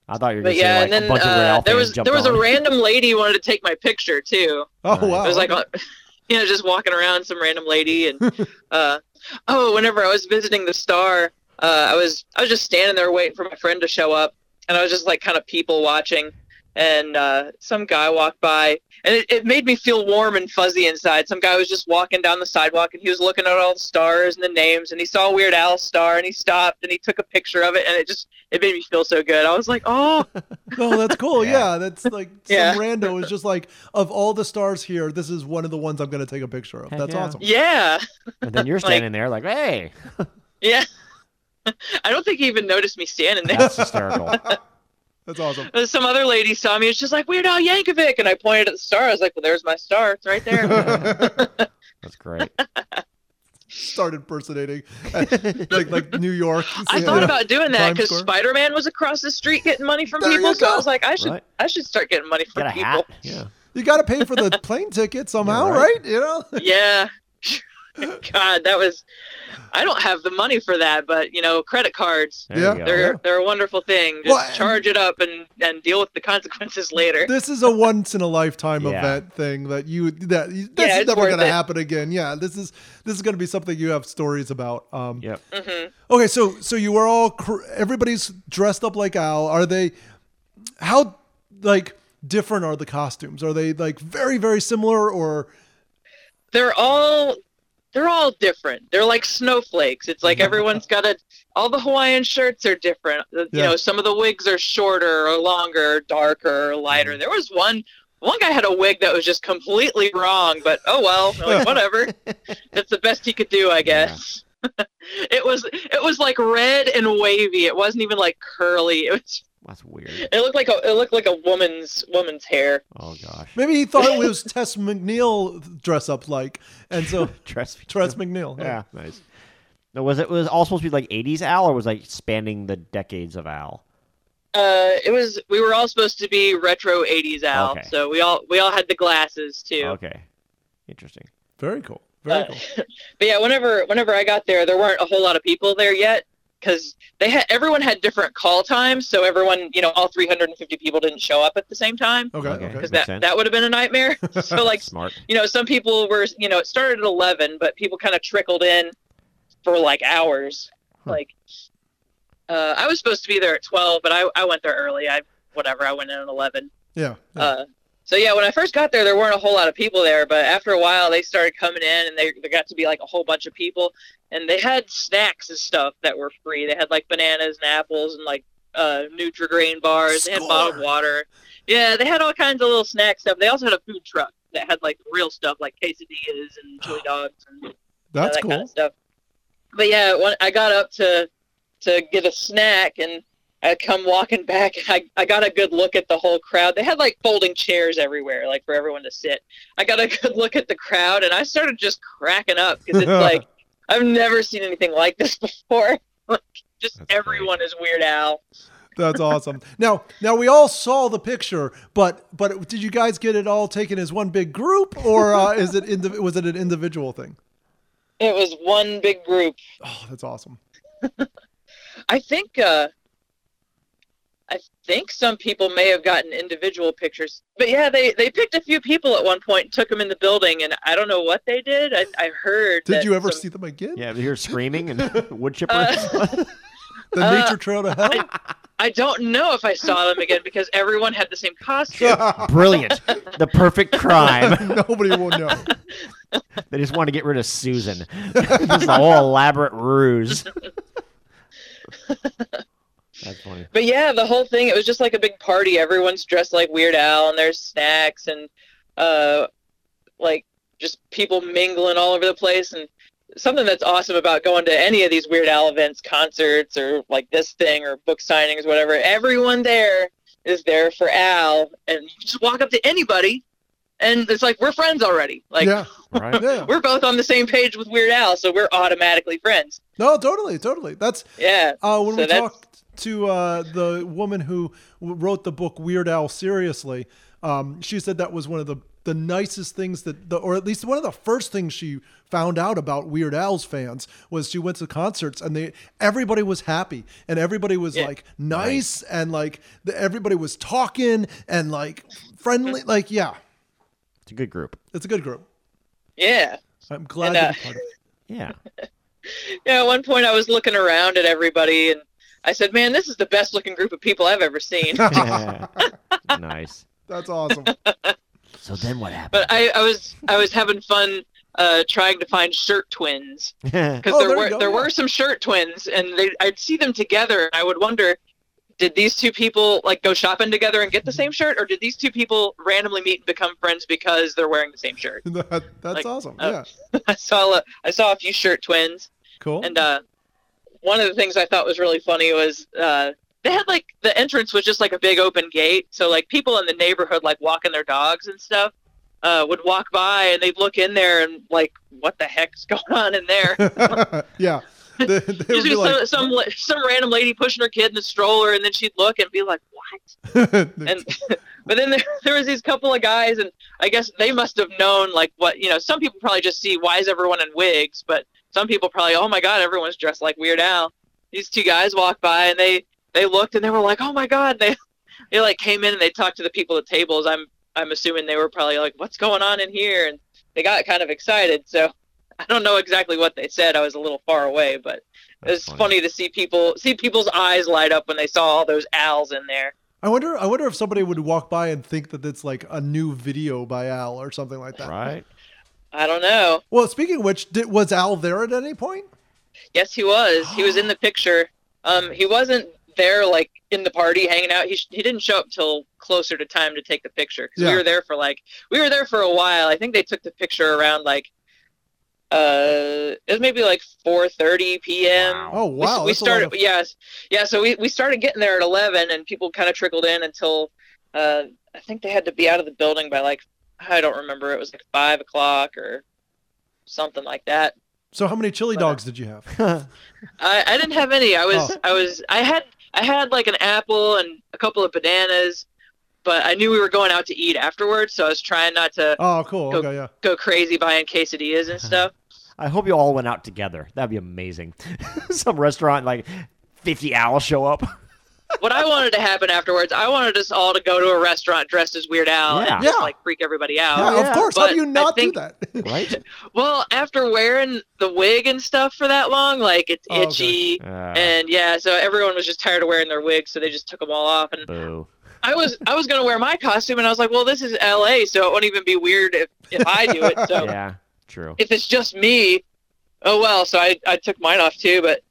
[SPEAKER 3] I thought you were
[SPEAKER 4] But
[SPEAKER 3] going to say
[SPEAKER 4] yeah,
[SPEAKER 3] like
[SPEAKER 4] and then
[SPEAKER 3] a bunch of Weird
[SPEAKER 4] uh,
[SPEAKER 3] Al
[SPEAKER 4] there
[SPEAKER 3] fans
[SPEAKER 4] was
[SPEAKER 3] jumped
[SPEAKER 4] there was
[SPEAKER 3] on
[SPEAKER 4] a
[SPEAKER 3] it.
[SPEAKER 4] random lady who wanted to take my picture too.
[SPEAKER 1] Oh
[SPEAKER 3] Nice.
[SPEAKER 1] wow!
[SPEAKER 4] It was like, on- you know, just walking around some random lady, and uh, oh, whenever I was visiting the star, uh, I was I was just standing there waiting for my friend to show up, and I was just like kind of people watching, and uh, some guy walked by, and it, it made me feel warm and fuzzy inside. Some guy was just walking down the sidewalk, and he was looking at all the stars and the names, and he saw Weird Al's star, and he stopped, and he took a picture of it, and it just it made me feel so good. I was like, oh,
[SPEAKER 1] no, that's cool.
[SPEAKER 3] Yeah.
[SPEAKER 1] Yeah, that's like some
[SPEAKER 4] Yeah.
[SPEAKER 1] rando is just like of all the stars here, this is one of the ones I'm going to take a picture of.
[SPEAKER 3] Heck
[SPEAKER 1] That's
[SPEAKER 3] yeah.
[SPEAKER 1] awesome.
[SPEAKER 4] yeah.
[SPEAKER 3] and then you're
[SPEAKER 4] like-
[SPEAKER 3] standing there like, hey,
[SPEAKER 4] Yeah. I don't think he even noticed me standing there.
[SPEAKER 3] that's hysterical.
[SPEAKER 1] That's awesome.
[SPEAKER 4] Some other lady saw me. It's just like Weird Al Yankovic, and I pointed at the star. I was like, "Well, there's my star. It's right there."
[SPEAKER 3] That's great.
[SPEAKER 1] Start impersonating like like New York.
[SPEAKER 4] I
[SPEAKER 1] Yeah.
[SPEAKER 4] thought about doing that
[SPEAKER 1] Times
[SPEAKER 4] because
[SPEAKER 1] Square.
[SPEAKER 4] Spider Man was across the street getting money from
[SPEAKER 1] There
[SPEAKER 4] people.
[SPEAKER 1] you
[SPEAKER 4] So
[SPEAKER 1] go.
[SPEAKER 4] I was like, I should,
[SPEAKER 3] Right.
[SPEAKER 4] I should start getting money from
[SPEAKER 3] Got a
[SPEAKER 4] people.
[SPEAKER 3] hat. Yeah.
[SPEAKER 1] you got to pay for the plane ticket somehow,
[SPEAKER 3] Yeah, right.
[SPEAKER 1] right. You know.
[SPEAKER 4] yeah. God, that was. I don't have the money for that, but you know, credit cards.
[SPEAKER 3] There
[SPEAKER 1] Yeah.
[SPEAKER 3] You go.
[SPEAKER 4] They're they're a wonderful thing. Just
[SPEAKER 1] Well, and-
[SPEAKER 4] charge it up and and deal with the consequences later.
[SPEAKER 1] This is a once in a lifetime
[SPEAKER 3] Yeah.
[SPEAKER 1] event thing that you that this
[SPEAKER 4] Yeah,
[SPEAKER 1] is
[SPEAKER 4] it's
[SPEAKER 1] never
[SPEAKER 4] worth
[SPEAKER 1] going to
[SPEAKER 4] it.
[SPEAKER 1] happen again. Yeah, this is this is going to be something you have stories about. Um,
[SPEAKER 3] Yep.
[SPEAKER 4] hmm
[SPEAKER 1] Okay, so so you were all cr- everybody's dressed up like Al. Are they how like different are the costumes? Are they like very very similar or
[SPEAKER 4] they're all they're all different. They're like snowflakes. It's like everyone's got a all the Hawaiian shirts are different. Uh, You
[SPEAKER 1] Yeah.
[SPEAKER 4] know, some of the wigs are shorter or longer, or darker or lighter. There was one one guy had a wig that was just completely wrong, but oh well, like, whatever. That's the best he could do, I guess. it was it was like red and wavy. It wasn't even like curly. It was
[SPEAKER 3] That's weird.
[SPEAKER 4] it looked like a it looked like a woman's woman's hair.
[SPEAKER 3] Oh gosh.
[SPEAKER 1] maybe he thought it was Tess McNeil dress up like and so
[SPEAKER 3] Trust me.
[SPEAKER 1] Tess McNeil.
[SPEAKER 3] Yeah. Nice. No, was it was it all supposed to be like '80s Al, or was like spanning the decades of Al?
[SPEAKER 4] Uh, it was we were all supposed to be retro 80s Al,
[SPEAKER 3] Okay.
[SPEAKER 4] so we all we all had the glasses too.
[SPEAKER 3] Okay. Interesting.
[SPEAKER 1] Very cool. Very
[SPEAKER 4] Uh,
[SPEAKER 1] cool.
[SPEAKER 4] But yeah, whenever whenever I got there, there weren't a whole lot of people there yet because they had everyone had different call times, so everyone you know all 350 people didn't show up at the same time
[SPEAKER 1] Okay.
[SPEAKER 3] okay.
[SPEAKER 1] Okay.
[SPEAKER 4] because
[SPEAKER 3] Makes
[SPEAKER 4] that
[SPEAKER 3] sense.
[SPEAKER 4] that would have been a nightmare. so like
[SPEAKER 3] Smart.
[SPEAKER 4] you know some people were you know it started at 11, but people kind of trickled in for like hours.
[SPEAKER 3] Hmm.
[SPEAKER 4] Like uh, I was supposed to be there at 12, but I I went there early. I whatever I went in at 11.
[SPEAKER 1] Yeah. yeah.
[SPEAKER 4] Uh, so yeah, when I first got there, there weren't a whole lot of people there, but after a while, they started coming in, and they there got to be like a whole bunch of people, and they had snacks and stuff that were free. They had like bananas and apples and like uh, Nutri-Grain bars. They had bottled
[SPEAKER 1] Score.
[SPEAKER 4] water. Yeah, they had all kinds of little snack stuff. They also had a food truck that had like real stuff like quesadillas and chili dogs and
[SPEAKER 1] That's
[SPEAKER 4] that
[SPEAKER 1] cool.
[SPEAKER 4] kind of stuff. But yeah, when I got up to to get a snack and I come walking back and I, I got a good look at the whole crowd. They had like folding chairs everywhere, like for everyone to sit. I got a good look at the crowd and I started just cracking up because it's like I've never seen anything like this before. like just
[SPEAKER 3] That's great.
[SPEAKER 4] everyone is weird Al.
[SPEAKER 1] That's awesome. Now, now we all saw the picture, but but did you guys get it all taken as one big group, or uh, is it indiv- was it an individual thing?
[SPEAKER 4] It was one big group.
[SPEAKER 1] Oh, that's awesome.
[SPEAKER 4] I think uh, I think some people may have gotten individual pictures, but yeah, they they picked a few people at one point, took them in the building, and I don't know what they did. I, I heard.
[SPEAKER 1] Did
[SPEAKER 4] that
[SPEAKER 1] you ever
[SPEAKER 4] some-
[SPEAKER 1] see them again?
[SPEAKER 3] Yeah, but you're screaming and wood chipper.
[SPEAKER 4] Uh,
[SPEAKER 1] The
[SPEAKER 4] Uh,
[SPEAKER 1] nature trail to hell.
[SPEAKER 4] I don't know if I saw them again because everyone had the same costume.
[SPEAKER 3] Brilliant. The perfect crime.
[SPEAKER 1] Nobody will know.
[SPEAKER 3] they just want to get rid of Susan. this is a whole elaborate ruse. That's funny.
[SPEAKER 4] But yeah, the whole thing, it was just like a big party. Everyone's dressed like Weird Al and there's snacks and uh like just people mingling all over the place and something that's awesome about going to any of these Weird Al events, concerts or like this thing or book signings, whatever, everyone there is there for Al and you just walk up to anybody and it's like we're friends already. Like
[SPEAKER 1] yeah,
[SPEAKER 3] Right?
[SPEAKER 1] yeah.
[SPEAKER 4] we're both on the same page with Weird Al, so we're automatically friends.
[SPEAKER 1] No, totally, totally. That's
[SPEAKER 4] Yeah.
[SPEAKER 1] uh, when
[SPEAKER 4] So
[SPEAKER 1] we
[SPEAKER 4] that's-
[SPEAKER 1] talked to uh, the woman who w- wrote the book Weird Al Seriously. Um, she said that was one of the the nicest things that the or at least one of the first things she found out about Weird Al's fans was she went to concerts and they everybody was happy and everybody was
[SPEAKER 4] Yeah.
[SPEAKER 1] like nice and like the, everybody was talking and like friendly like yeah
[SPEAKER 3] It's a good group.
[SPEAKER 1] it's a good group
[SPEAKER 4] Yeah.
[SPEAKER 1] I'm glad
[SPEAKER 4] And, uh,
[SPEAKER 1] to be part of it.
[SPEAKER 3] Yeah.
[SPEAKER 4] Yeah, at one point I was looking around at everybody and I said, Man, this is the best looking group of people I've ever seen.
[SPEAKER 3] nice.
[SPEAKER 1] that's awesome
[SPEAKER 3] So then what happened?
[SPEAKER 4] but I, I was I was having fun uh, trying to find shirt twins. Because
[SPEAKER 1] Oh, there
[SPEAKER 4] there,
[SPEAKER 1] you
[SPEAKER 4] were
[SPEAKER 1] go,
[SPEAKER 4] there
[SPEAKER 1] yeah.
[SPEAKER 4] were some shirt twins and they I'd see them together and I would wonder did these two people like go shopping together and get the same shirt or did these two people randomly meet and become friends because they're wearing the same shirt?
[SPEAKER 1] That- that's
[SPEAKER 4] Like,
[SPEAKER 1] awesome
[SPEAKER 4] uh,
[SPEAKER 1] yeah
[SPEAKER 4] I saw a, I saw a few shirt twins
[SPEAKER 1] cool
[SPEAKER 4] And uh, one of the things I thought was really funny was uh, they had like the entrance was just like a big open gate, so like people in the neighborhood like walking their dogs and stuff uh, would walk by and they'd look in there and like what the heck's going on in there?
[SPEAKER 1] yeah. They, they would
[SPEAKER 4] Just
[SPEAKER 1] be like,
[SPEAKER 4] some, some la- some random lady pushing her kid in the stroller, and then she'd look and be like, "What?" and but then there, there was these couple of guys and i guess they must have known like what you know some people probably just see why is everyone in wigs but some people probably oh my god everyone's dressed like weird al these two guys walked by and they they looked and they were like oh my god they they like came in and they talked to the people at tables i'm i'm assuming they were probably like what's going on in here and they got kind of excited so i don't know exactly what they said i was a little far away but it was
[SPEAKER 3] That's
[SPEAKER 4] funny to see people see people's eyes light up when they saw all those owls in there
[SPEAKER 1] I wonder. I wonder if somebody would walk by and think that it's like a new video by Al or something like that.
[SPEAKER 3] Right?
[SPEAKER 4] i don't know
[SPEAKER 1] Well, speaking of which, did, was Al there at any point?
[SPEAKER 4] Yes, he was. He was in the picture. Um, he wasn't there like in the party hanging out. He, sh- he didn't show up till closer to time to take the picture. 'Cause
[SPEAKER 1] Yeah.
[SPEAKER 4] We were there for like we were there for a while. I think they took the picture around like uh it was maybe like 4:30 p.m.
[SPEAKER 3] Wow.
[SPEAKER 1] Oh wow,
[SPEAKER 4] We s- we
[SPEAKER 1] that's a lot
[SPEAKER 4] started
[SPEAKER 1] of-
[SPEAKER 4] yes. Yeah, so we, we started getting there at 11 and people kind of trickled in until uh I think they had to be out of the building by like I don't remember. It was like 5 o'clock or something like that.
[SPEAKER 1] so how many chili dogs did you have?
[SPEAKER 4] I, I didn't have any. I was
[SPEAKER 1] Oh.
[SPEAKER 4] I was I had I had like an apple and a couple of bananas, but I knew we were going out to eat afterwards, so I was trying not to
[SPEAKER 1] Oh, cool.
[SPEAKER 4] Go-
[SPEAKER 1] Okay, yeah.
[SPEAKER 4] go crazy buying quesadillas and stuff.
[SPEAKER 3] I hope you all went out together. That'd be amazing. Some restaurant, like 50 owls show up.
[SPEAKER 4] what I wanted to happen afterwards, I wanted us all to go to a restaurant dressed as Weird Al
[SPEAKER 3] Yeah.
[SPEAKER 4] and just
[SPEAKER 1] Yeah.
[SPEAKER 4] like freak everybody out.
[SPEAKER 1] yeah,
[SPEAKER 3] yeah,
[SPEAKER 1] of course. How
[SPEAKER 4] Uh, but
[SPEAKER 1] do you
[SPEAKER 4] I
[SPEAKER 1] not
[SPEAKER 4] think-
[SPEAKER 1] do that?
[SPEAKER 3] Right?
[SPEAKER 4] Well, after wearing the wig and stuff for that long, like it's
[SPEAKER 1] Oh, okay.
[SPEAKER 4] itchy.
[SPEAKER 3] Uh,
[SPEAKER 4] And yeah, so everyone was just tired of wearing their wigs, so they just took them all off. And
[SPEAKER 3] boo.
[SPEAKER 4] I was I was gonna wear my costume, and I was like, well, this is L.A., so it won't even be weird if, if I do it. So
[SPEAKER 3] Yeah, true.
[SPEAKER 4] if it's just me, oh well. So I I took mine off too, but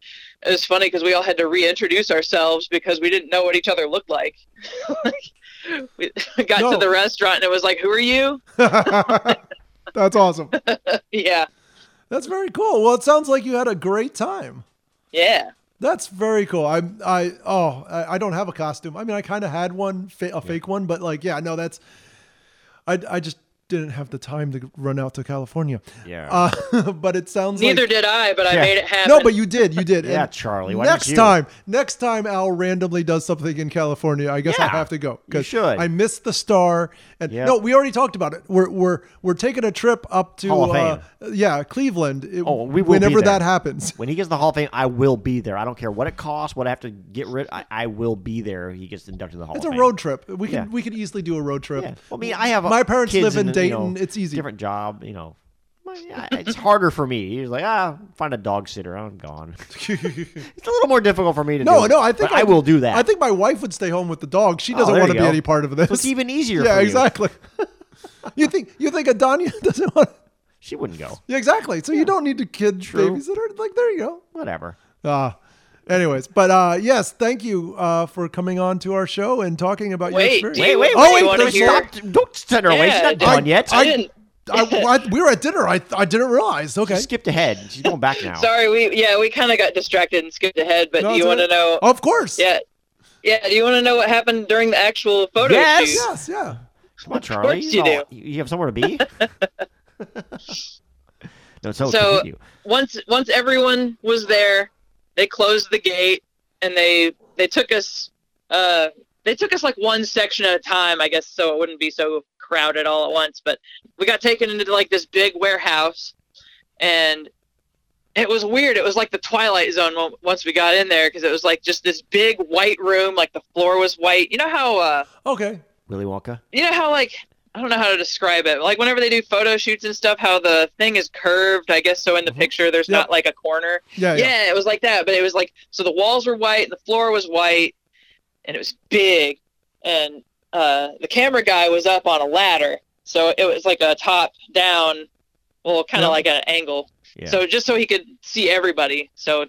[SPEAKER 4] it was funny because we all had to reintroduce ourselves because we didn't know what each other looked like. Like, we got
[SPEAKER 1] No.
[SPEAKER 4] to the restaurant and it was like, who are you?
[SPEAKER 1] that's awesome.
[SPEAKER 4] yeah,
[SPEAKER 1] That's very cool. Well, it sounds like you had a great time.
[SPEAKER 4] yeah,
[SPEAKER 1] That's very cool. I I oh I, I don't have a costume. I mean, I kind of had one, fa- a fake one, but like yeah, no, that's I I just didn't have the time to run out to California.
[SPEAKER 3] Yeah.
[SPEAKER 1] Uh, but it sounds
[SPEAKER 4] Neither
[SPEAKER 1] like
[SPEAKER 4] did I, but I
[SPEAKER 3] Yeah.
[SPEAKER 4] made it happen.
[SPEAKER 1] no, but you did, you did.
[SPEAKER 3] yeah,
[SPEAKER 1] And
[SPEAKER 3] Charlie. Why
[SPEAKER 1] next
[SPEAKER 3] didn't you?
[SPEAKER 1] time, next time Al randomly does something in California, I guess I
[SPEAKER 3] Yeah,
[SPEAKER 1] have to go
[SPEAKER 3] you should.
[SPEAKER 1] I missed the star. And
[SPEAKER 3] Yeah.
[SPEAKER 1] no, we already talked about it. We're we're we're taking a trip up to
[SPEAKER 3] Hall of
[SPEAKER 1] uh, yeah Cleveland. It-
[SPEAKER 3] Oh, we will be
[SPEAKER 1] whenever
[SPEAKER 3] there.
[SPEAKER 1] that happens.
[SPEAKER 3] When he gets in the Hall of Fame, I will be there. I don't care what it costs, what I have to get rid. I, I will be there. He gets inducted to the Hall
[SPEAKER 1] It's
[SPEAKER 3] of
[SPEAKER 1] a
[SPEAKER 3] Fame.
[SPEAKER 1] road trip. We can
[SPEAKER 3] Yeah.
[SPEAKER 1] we could easily do a road trip.
[SPEAKER 3] Yeah. Well, I mean, I have uh,
[SPEAKER 1] My parents
[SPEAKER 3] kids
[SPEAKER 1] live in
[SPEAKER 3] and, you
[SPEAKER 1] Dayton.
[SPEAKER 3] know,
[SPEAKER 1] It's easy.
[SPEAKER 3] Different job, you know. Well, yeah, It's harder for me. He's like, ah, find a dog sitter. I'm gone. It's a little more difficult for me to.
[SPEAKER 1] no,
[SPEAKER 3] do
[SPEAKER 1] no,
[SPEAKER 3] it,
[SPEAKER 1] I think
[SPEAKER 3] but I will do that. Oh,
[SPEAKER 1] I think my wife would stay home with the dog. She doesn't
[SPEAKER 3] there
[SPEAKER 1] want to
[SPEAKER 3] you
[SPEAKER 1] be
[SPEAKER 3] go.
[SPEAKER 1] any part of this.
[SPEAKER 3] So it's even easier.
[SPEAKER 1] yeah,
[SPEAKER 3] for you.
[SPEAKER 1] exactly. you think you think Adania doesn't want?
[SPEAKER 3] She wouldn't go.
[SPEAKER 1] Yeah, exactly. So you don't need to kid
[SPEAKER 3] True.
[SPEAKER 1] babysitter. Like there you go.
[SPEAKER 3] Whatever.
[SPEAKER 1] Ah, Anyways, but uh, yes, thank you uh, for coming on to our show and talking about
[SPEAKER 4] Wait,
[SPEAKER 1] your experience.
[SPEAKER 4] do you-
[SPEAKER 3] wait,
[SPEAKER 1] Oh,
[SPEAKER 4] do
[SPEAKER 1] wait,
[SPEAKER 4] you wanna
[SPEAKER 1] there's
[SPEAKER 4] hear-
[SPEAKER 1] not-
[SPEAKER 3] Stop! Don't send her away. She's not
[SPEAKER 4] Yeah,
[SPEAKER 3] done yet.
[SPEAKER 4] I
[SPEAKER 1] I-
[SPEAKER 4] didn't.
[SPEAKER 1] I, I- we were at dinner. I I didn't realize. Okay.
[SPEAKER 3] She skipped ahead. She's going back now.
[SPEAKER 4] Sorry, we yeah we kind of got distracted and skipped ahead. But
[SPEAKER 1] No,
[SPEAKER 4] do you
[SPEAKER 1] it's
[SPEAKER 4] want to know?
[SPEAKER 1] Of course.
[SPEAKER 4] Yeah, yeah. Do you want to know what happened during the actual photo
[SPEAKER 3] Yes.
[SPEAKER 4] shoot?
[SPEAKER 1] Yes. Yeah.
[SPEAKER 3] Come on, Charlie.
[SPEAKER 4] course you
[SPEAKER 3] Oh, you have somewhere to be. no, so,
[SPEAKER 4] So-
[SPEAKER 3] continue.
[SPEAKER 4] Once once everyone was there, they closed the gate and they they took us uh they took us like one section at a time, I guess, so it wouldn't be so crowded all at once. But we got taken into like this big warehouse, and it was weird. It was like the Twilight Zone mo- once we got in there because it was like just this big white room, like the floor was white. You know how uh
[SPEAKER 1] Okay.
[SPEAKER 3] Willy Wonka.
[SPEAKER 4] you know how like I don't know how to describe it. Like whenever they do photo shoots and stuff, how the thing is curved, I guess. So in the
[SPEAKER 3] Mhm.
[SPEAKER 4] picture, there's
[SPEAKER 1] Yep.
[SPEAKER 4] not like a corner.
[SPEAKER 1] Yeah.
[SPEAKER 4] Mm-hmm. Yeah.
[SPEAKER 1] Yeah.
[SPEAKER 4] it was like that, but it was like so the walls were white, the floor was white, and it was big, and uh, the camera guy was up on a ladder, so it was like a top down, well, kind of
[SPEAKER 1] Yep.
[SPEAKER 4] like at an angle.
[SPEAKER 3] Yeah.
[SPEAKER 4] So just so he could see everybody. So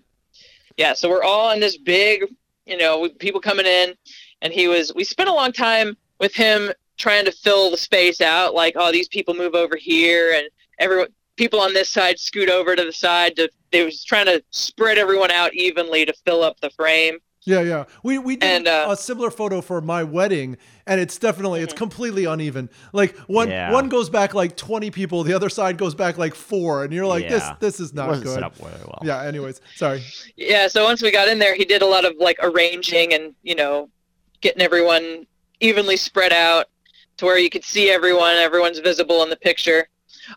[SPEAKER 4] yeah, so we're all in this big, you know, with people coming in and he was we spent a long time with him trying to fill the space out like oh these people move over here and everyone people on this side scoot over to the side to they was trying to spread everyone out evenly to fill up the frame.
[SPEAKER 1] Yeah. Yeah. We we did
[SPEAKER 4] And, uh, Mm-hmm.
[SPEAKER 1] a similar photo for my wedding, and it's definitely it's completely uneven. Like one
[SPEAKER 3] Yeah.
[SPEAKER 1] one goes back like twenty people, the other side goes back like four, and you're like
[SPEAKER 3] Yeah.
[SPEAKER 1] this this is
[SPEAKER 3] it
[SPEAKER 1] not
[SPEAKER 3] wasn't
[SPEAKER 1] good.
[SPEAKER 3] set up very well.
[SPEAKER 1] Yeah. Anyways, sorry.
[SPEAKER 4] Yeah, so once we got in there he did a lot of like arranging and, you know, getting everyone evenly spread out to where you could see everyone, everyone's visible in the picture.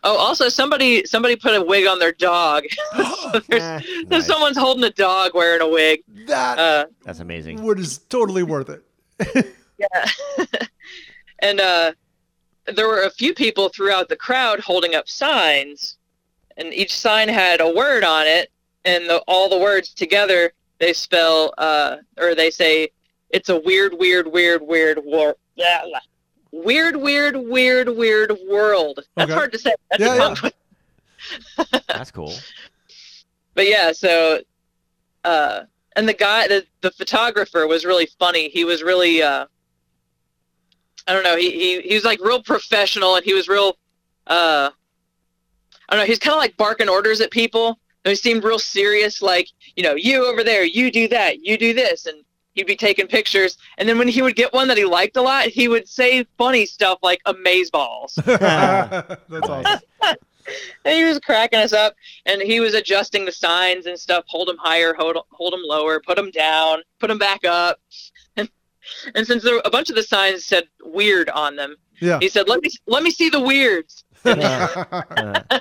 [SPEAKER 4] Oh, also somebody somebody put a wig on their dog. There's-
[SPEAKER 3] Eh,
[SPEAKER 4] So
[SPEAKER 3] nice.
[SPEAKER 4] someone's holding a dog wearing a wig.
[SPEAKER 1] that
[SPEAKER 4] Uh,
[SPEAKER 3] That's amazing.
[SPEAKER 1] would is totally worth it.
[SPEAKER 4] and uh, there were a few people throughout the crowd holding up signs, and each sign had a word on it, and the, all the words together they spell uh, or they say it's a weird, weird, weird, weird war. blah, blah. Weird, weird, weird, weird world. That's
[SPEAKER 1] Okay.
[SPEAKER 4] hard to say. That's
[SPEAKER 1] Yeah,
[SPEAKER 4] a tongue
[SPEAKER 1] yeah.
[SPEAKER 4] twister.
[SPEAKER 3] That's cool.
[SPEAKER 4] but yeah, so uh and the guy the, the photographer was really funny. He was really uh I don't know, he, he he was like real professional and he was real uh I don't know, he's kinda like barking orders at people. And he seemed real serious, like, you know, you over there, you do that, you do this and he'd be taking pictures and then when he would get one that he liked a lot, he would say funny stuff like amazeballs.
[SPEAKER 1] That's awesome.
[SPEAKER 3] Nice.
[SPEAKER 4] And he was cracking us up, and he was adjusting the signs and stuff. Hold them higher, hold hold them lower, put them down, put them back up. And, and since there were, a bunch of the signs said "weird" on them,
[SPEAKER 1] Yeah.
[SPEAKER 4] he said, "Let me let me see the weirds."
[SPEAKER 3] Yeah. Uh,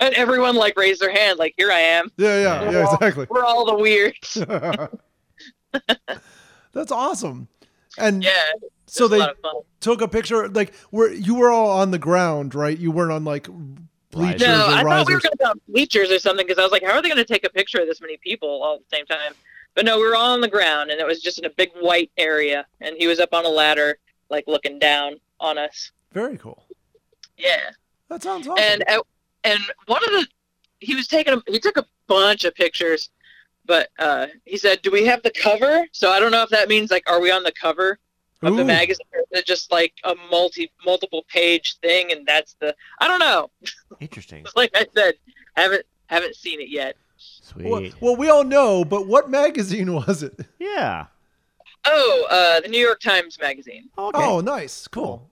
[SPEAKER 4] and everyone like raised their hand, like, "Here I am.
[SPEAKER 1] Yeah, yeah, yeah, exactly.
[SPEAKER 4] We're all the weirds."
[SPEAKER 1] That's awesome. And
[SPEAKER 4] Yeah,
[SPEAKER 1] so
[SPEAKER 4] it's a
[SPEAKER 1] they
[SPEAKER 4] lot of fun.
[SPEAKER 1] took a picture. Like, were you were all on the ground, right? You weren't on like bleachers
[SPEAKER 3] Risers.
[SPEAKER 4] No,
[SPEAKER 1] or
[SPEAKER 4] I thought we were
[SPEAKER 1] risers.
[SPEAKER 4] going to go on bleachers or something because I was like, how are they going to take a picture of this many people all at the same time? But no, we were all on the ground and it was just in a big white area. And he was up on a ladder, like looking down on us.
[SPEAKER 1] Very cool.
[SPEAKER 4] Yeah.
[SPEAKER 1] That sounds awesome.
[SPEAKER 4] And at, and one of the he was taking a, he took a bunch of pictures, but uh, he said, "Do we have the cover?" So I don't know if that means like, are we on the cover? of the
[SPEAKER 1] Ooh,
[SPEAKER 4] magazine or is it just like a multi multiple page thing and that's the i don't know
[SPEAKER 3] interesting.
[SPEAKER 4] like i said haven't haven't seen it yet
[SPEAKER 1] Well,
[SPEAKER 3] Sweet.
[SPEAKER 1] well, we all know, but what magazine was it?
[SPEAKER 3] Yeah.
[SPEAKER 4] Oh, uh, the New York Times Magazine.
[SPEAKER 3] Okay.
[SPEAKER 1] Oh, nice, cool.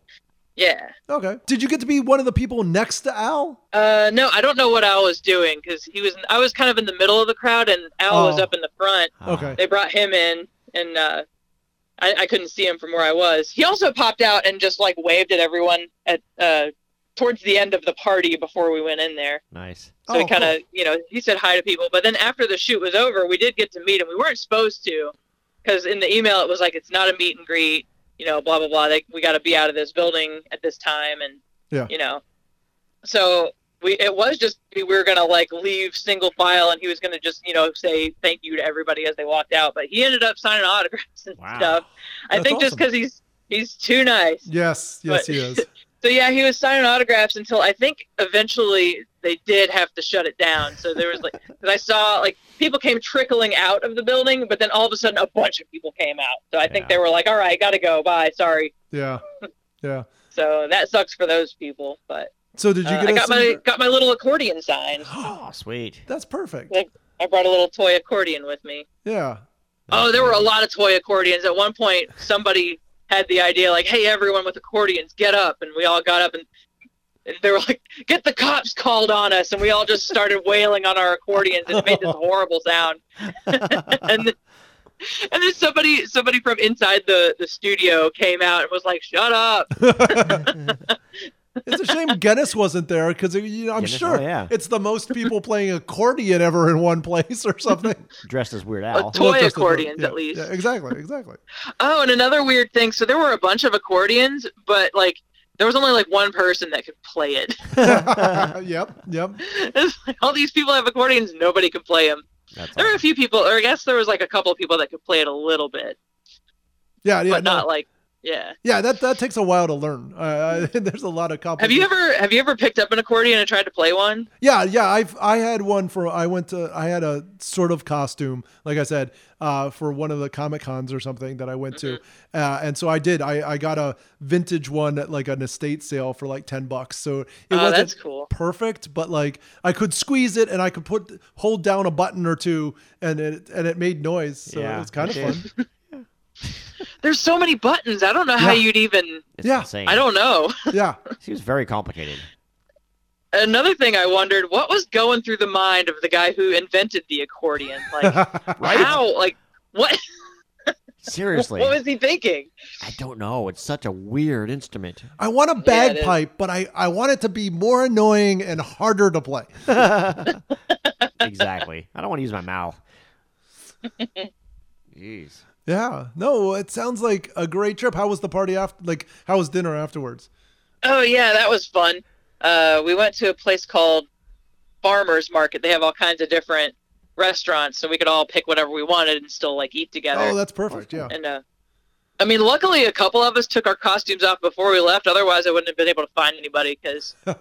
[SPEAKER 4] Yeah.
[SPEAKER 1] Okay. Did you get to be one of the people next to Al?
[SPEAKER 4] Uh, no, I don't know what Al was doing because he was. I was kind of in the middle of the crowd, and Al was
[SPEAKER 1] Oh.
[SPEAKER 4] up in the front.
[SPEAKER 3] Ah,
[SPEAKER 1] okay.
[SPEAKER 4] They brought him in, and uh, I, I couldn't see him from where I was. He also popped out and just like waved at everyone at uh, towards the end of the party before we went in there.
[SPEAKER 3] Nice.
[SPEAKER 4] So
[SPEAKER 1] oh,
[SPEAKER 4] he kind of,
[SPEAKER 1] cool.
[SPEAKER 4] you know, he said hi to people. But then after the shoot was over, we did get to meet him. We weren't supposed to, because in the email it was like it's not a meet and greet, you know, blah blah blah. They, we got to be out of this building at this time, and
[SPEAKER 1] Yeah.
[SPEAKER 4] you know, so we it was just we were gonna like leave single file, and he was gonna just you know say thank you to everybody as they walked out. But he ended up signing autographs and
[SPEAKER 3] Wow.
[SPEAKER 4] stuff. I
[SPEAKER 1] That's
[SPEAKER 4] think just 'cause
[SPEAKER 1] awesome.
[SPEAKER 4] just because he's he's too nice.
[SPEAKER 1] Yes, yes,
[SPEAKER 4] But-
[SPEAKER 1] he is.
[SPEAKER 4] So yeah, he was signing autographs until I think eventually they did have to shut it down. So there was like, because I saw like people came trickling out of the building, but then all of a sudden a bunch of people came out. So I think
[SPEAKER 3] Yeah.
[SPEAKER 4] they were like, all right, gotta go, bye, sorry.
[SPEAKER 1] Yeah. Yeah.
[SPEAKER 4] So that sucks for those people. But
[SPEAKER 1] So did you
[SPEAKER 4] uh,
[SPEAKER 1] get
[SPEAKER 4] I
[SPEAKER 1] a
[SPEAKER 4] got my
[SPEAKER 1] Caesar-
[SPEAKER 4] got my little accordion sign.
[SPEAKER 3] Oh, sweet.
[SPEAKER 1] That's perfect.
[SPEAKER 4] Yeah. I brought a little toy accordion with me.
[SPEAKER 1] Yeah.
[SPEAKER 4] Oh, there were a lot of toy accordions. At one point, somebody had the idea, like, "Hey, everyone with accordions, get up!" And we all got up, and, and they were like, "Get the cops called on us!" And we all just started wailing on our accordions, and it made this horrible sound. and then, and then somebody somebody from inside the the studio came out and was like, "Shut up!"
[SPEAKER 1] It's a shame Guinness wasn't there because you know, I'm
[SPEAKER 3] Guinness? Oh,
[SPEAKER 1] sure
[SPEAKER 3] yeah.
[SPEAKER 1] it's the most people playing accordion ever in one place or something.
[SPEAKER 3] Dressed as Weird
[SPEAKER 4] A
[SPEAKER 3] Al.
[SPEAKER 4] toy
[SPEAKER 1] Well, just a-
[SPEAKER 4] accordions,
[SPEAKER 1] yeah,
[SPEAKER 4] at least.
[SPEAKER 1] Yeah, exactly. Exactly.
[SPEAKER 4] Oh, and another weird thing. So there were a bunch of accordions, but like. There was only like one person that could play it.
[SPEAKER 1] yep. Yep.
[SPEAKER 4] It's like, all these people have accordions, nobody can play them.
[SPEAKER 3] That's
[SPEAKER 4] There were a
[SPEAKER 3] awesome.
[SPEAKER 4] few people, or I guess there was like a couple of people that could play it a little bit,
[SPEAKER 1] Yeah. Yeah.
[SPEAKER 4] but
[SPEAKER 1] no.
[SPEAKER 4] not like yeah.
[SPEAKER 1] yeah. That that takes a while to learn. Uh, I- there's a lot of
[SPEAKER 4] Have
[SPEAKER 1] complicated.
[SPEAKER 4] you ever have you ever picked up an accordion and tried to play one?
[SPEAKER 1] Yeah, yeah. I've I had one for I went to I had a sort of costume, like I said, uh, for one of the comic cons or something that I went
[SPEAKER 4] Mm-hmm.
[SPEAKER 1] to, uh, and so I did. I I got a vintage one at like an estate sale for like ten bucks. So it
[SPEAKER 4] Oh,
[SPEAKER 1] wasn't
[SPEAKER 4] that's cool.
[SPEAKER 1] perfect, but like I could squeeze it and I could put hold down a button or two, and it and it made noise. So
[SPEAKER 3] Yeah,
[SPEAKER 1] it was kind of
[SPEAKER 3] it
[SPEAKER 1] fun.
[SPEAKER 3] did.
[SPEAKER 4] There's so many buttons. I don't know how
[SPEAKER 1] Yeah.
[SPEAKER 4] you'd even.
[SPEAKER 3] It's
[SPEAKER 1] Yeah.
[SPEAKER 3] insane.
[SPEAKER 4] I don't know.
[SPEAKER 1] Yeah,
[SPEAKER 3] Seems very complicated.
[SPEAKER 4] Another thing I wondered, what was going through the mind of the guy who invented the accordion? Like
[SPEAKER 3] Right?
[SPEAKER 4] how? Like what?
[SPEAKER 3] Seriously.
[SPEAKER 4] What was he thinking?
[SPEAKER 3] I don't know. It's such a weird instrument.
[SPEAKER 1] I want a
[SPEAKER 4] Yeah, it is.
[SPEAKER 1] bagpipe, but I I want it to be more annoying and harder to play.
[SPEAKER 3] exactly. I don't want to use my mouth. Jeez.
[SPEAKER 1] Yeah. No, it sounds like a great trip. How was the party after? Like, how was dinner afterwards?
[SPEAKER 4] Oh yeah, that was fun. Uh, we went to a place called Farmers Market. They have all kinds of different restaurants, so we could all pick whatever we wanted and still like eat together.
[SPEAKER 1] Oh, that's perfect. Yeah.
[SPEAKER 4] and uh, I mean, luckily a couple of us took our costumes off before we left. Otherwise, I wouldn't have been able to find anybody. Because, but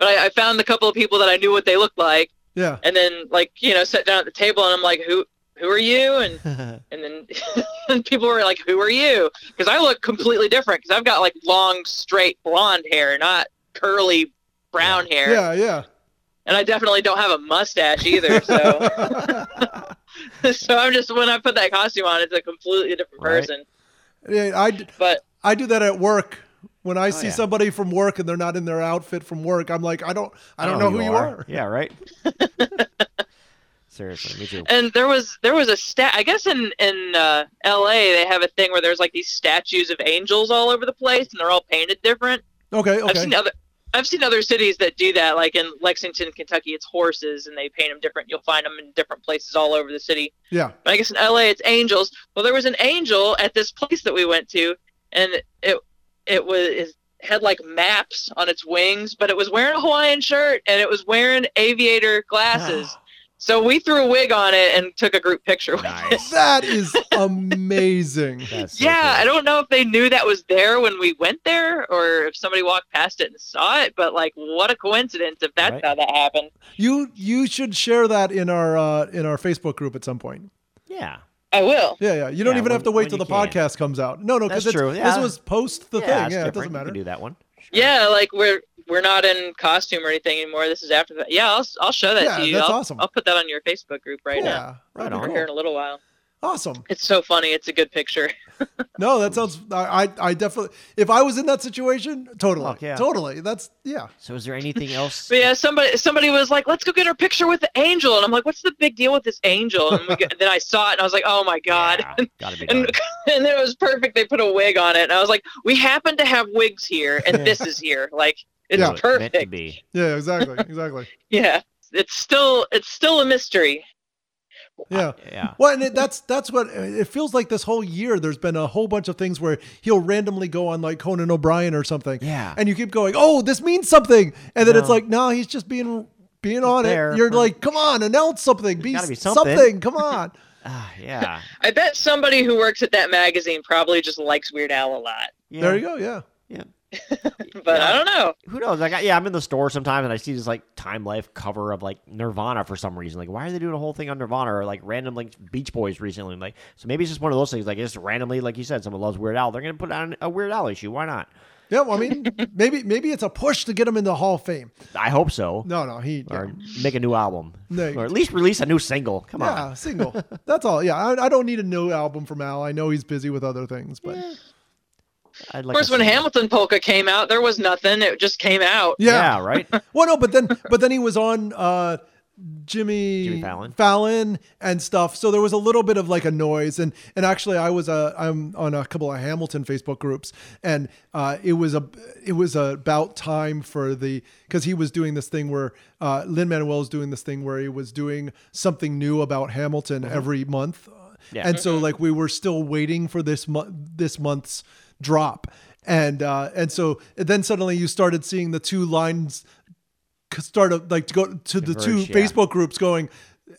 [SPEAKER 4] I, I found a couple of people that I knew what they looked like,
[SPEAKER 1] Yeah.
[SPEAKER 4] and then like you know, sat down at the table, and I'm like, who? Who are you? And
[SPEAKER 3] That's
[SPEAKER 4] and then and people were like, "Who are you?" Because I look completely different. Because I've got like long, straight blonde hair, not curly brown hair,
[SPEAKER 1] Yeah. Yeah.
[SPEAKER 4] and I definitely don't have a mustache either. So, so I'm just when I put that costume on, it's a completely different
[SPEAKER 3] Right.
[SPEAKER 4] person.
[SPEAKER 1] yeah I, d-
[SPEAKER 4] But
[SPEAKER 1] I do that at work. When I see
[SPEAKER 3] Oh, yeah.
[SPEAKER 1] somebody from work and they're not in their outfit from work, I'm like, I don't, I don't know who you are.
[SPEAKER 3] Yeah, right. Seriously, me too.
[SPEAKER 4] and there was there was a stat. I guess in in uh, L.A. they have a thing where there's like these statues of angels all over the place, and they're all painted different.
[SPEAKER 1] Okay.
[SPEAKER 4] I've
[SPEAKER 1] Okay.
[SPEAKER 4] seen other I've seen other cities that do that. Like in Lexington, Kentucky, it's horses, and they paint them different. You'll find them in different places all over the city.
[SPEAKER 1] Yeah.
[SPEAKER 4] But I guess in LA, it's angels. Well, there was an angel at this place that we went to, and it it was it had like maps on its wings, but it was wearing a Hawaiian shirt and it was wearing aviator glasses. so we threw a wig on it and took a group picture. with it.
[SPEAKER 3] Nice.
[SPEAKER 1] That is amazing.
[SPEAKER 3] That's so
[SPEAKER 4] Yeah,
[SPEAKER 3] cool.
[SPEAKER 4] I don't know if they knew that was there when we went there or if somebody walked past it and saw it, but like what a coincidence if that's
[SPEAKER 3] Right.
[SPEAKER 4] how that happened.
[SPEAKER 1] You, you should share that in our, uh, in our Facebook group at some point.
[SPEAKER 3] Yeah.
[SPEAKER 4] I will.
[SPEAKER 1] Yeah. Yeah. You don't
[SPEAKER 3] Yeah,
[SPEAKER 1] even
[SPEAKER 3] when-
[SPEAKER 1] have to wait
[SPEAKER 3] when
[SPEAKER 1] till
[SPEAKER 3] you
[SPEAKER 1] the
[SPEAKER 3] can.
[SPEAKER 1] podcast comes out. No, no, because
[SPEAKER 3] That's true,
[SPEAKER 1] this
[SPEAKER 3] yeah.
[SPEAKER 1] was post the thing.
[SPEAKER 3] yeah, it's
[SPEAKER 1] Yeah. It
[SPEAKER 3] different.
[SPEAKER 1] doesn't
[SPEAKER 3] You
[SPEAKER 1] matter.
[SPEAKER 3] can do that one. Sure.
[SPEAKER 4] Yeah, like we're we're not in costume or anything anymore. This is after that. Yeah, I'll I'll show that
[SPEAKER 1] Yeah,
[SPEAKER 4] to you.
[SPEAKER 1] that's
[SPEAKER 4] I'll,
[SPEAKER 1] awesome.
[SPEAKER 4] I'll put that on your Facebook group right now.
[SPEAKER 1] Yeah.
[SPEAKER 3] Right
[SPEAKER 1] that'd be
[SPEAKER 3] on.
[SPEAKER 4] We're
[SPEAKER 1] cool.
[SPEAKER 4] here in a little while.
[SPEAKER 1] Awesome.
[SPEAKER 4] It's so funny. It's a good picture.
[SPEAKER 1] No, that sounds. I, I, I definitely. If I was in that situation, totally,
[SPEAKER 3] Fuck yeah.
[SPEAKER 1] totally. That's yeah.
[SPEAKER 3] So, is there anything else?
[SPEAKER 4] But yeah, somebody somebody was like, "Let's go get our picture with the angel," and I'm like, "What's the big deal with this angel?" And we get, then I saw it and I was like, "Oh my god."
[SPEAKER 3] Yeah, gotta be done.
[SPEAKER 4] And, and then it was perfect. They put a wig on it, and I was like, "We happen to have wigs here, and this is here. Like, it's
[SPEAKER 1] Yeah.
[SPEAKER 3] Meant to
[SPEAKER 4] perfect.
[SPEAKER 3] be.
[SPEAKER 1] Yeah, exactly, exactly.
[SPEAKER 4] Yeah, it's still it's still a mystery.
[SPEAKER 1] Yeah.
[SPEAKER 3] Yeah.
[SPEAKER 1] Well, and it, that's that's what it feels like. This whole year, there's been a whole bunch of things where he'll randomly go on like Conan O'Brien or something,
[SPEAKER 3] Yeah.
[SPEAKER 1] and you keep going, "Oh, this means something," and then it's
[SPEAKER 3] No.
[SPEAKER 1] like, "No, he's just being being on
[SPEAKER 3] there
[SPEAKER 1] it." You're
[SPEAKER 3] for-
[SPEAKER 1] like, "Come on, announce something, be,
[SPEAKER 3] gotta be
[SPEAKER 1] something.
[SPEAKER 3] something."
[SPEAKER 1] Come on."
[SPEAKER 3] Ah, yeah.
[SPEAKER 4] I bet somebody who works at that magazine probably just likes Weird Al a lot.
[SPEAKER 3] yeah.
[SPEAKER 1] There you go. Yeah.
[SPEAKER 3] Yeah.
[SPEAKER 4] But
[SPEAKER 3] Yeah.
[SPEAKER 4] I don't know.
[SPEAKER 3] Who knows? Like, I- yeah, I'm in the store sometimes and I see this like Time Life cover of like Nirvana for some reason. Like, why are they doing a whole thing on Nirvana or like random like Beach Boys recently? Like, so maybe it's just one of those things. Like, just randomly, like you said, someone loves Weird Al, they're gonna put on a Weird Al issue. Why not?
[SPEAKER 1] Yeah, well, I mean, maybe maybe it's a push to get him in the Hall of Fame.
[SPEAKER 3] I hope so.
[SPEAKER 1] No, no, he yeah,
[SPEAKER 3] Or make a new album,
[SPEAKER 1] No.
[SPEAKER 3] or at least release a new single. Come on.
[SPEAKER 1] yeah single. That's all. Yeah, I, I don't need a new album from Al. I know he's busy with other things, but yeah,
[SPEAKER 3] I'd
[SPEAKER 4] Of
[SPEAKER 3] like
[SPEAKER 4] course,
[SPEAKER 3] to
[SPEAKER 4] when
[SPEAKER 3] see-
[SPEAKER 4] Hamilton polka came out, there was nothing. It just came out.
[SPEAKER 3] yeah, right.
[SPEAKER 1] Well, no, but then but then he was on uh, Jimmy,
[SPEAKER 3] Jimmy Fallon.
[SPEAKER 1] Fallon and stuff. So there was a little bit of like a noise. And and actually, I was uh, I'm on a couple of Hamilton Facebook groups, and uh, it was a it was about time for the because he was doing this thing where uh, Lin Manuel was doing this thing where he was doing something new about Hamilton every month.
[SPEAKER 3] Mm-hmm. Yeah.
[SPEAKER 1] And so like we were still waiting for this month this month's drop. And uh, and so then suddenly you started seeing the two lines c- start of like to go to the two
[SPEAKER 3] Converge, yeah.
[SPEAKER 1] Facebook groups going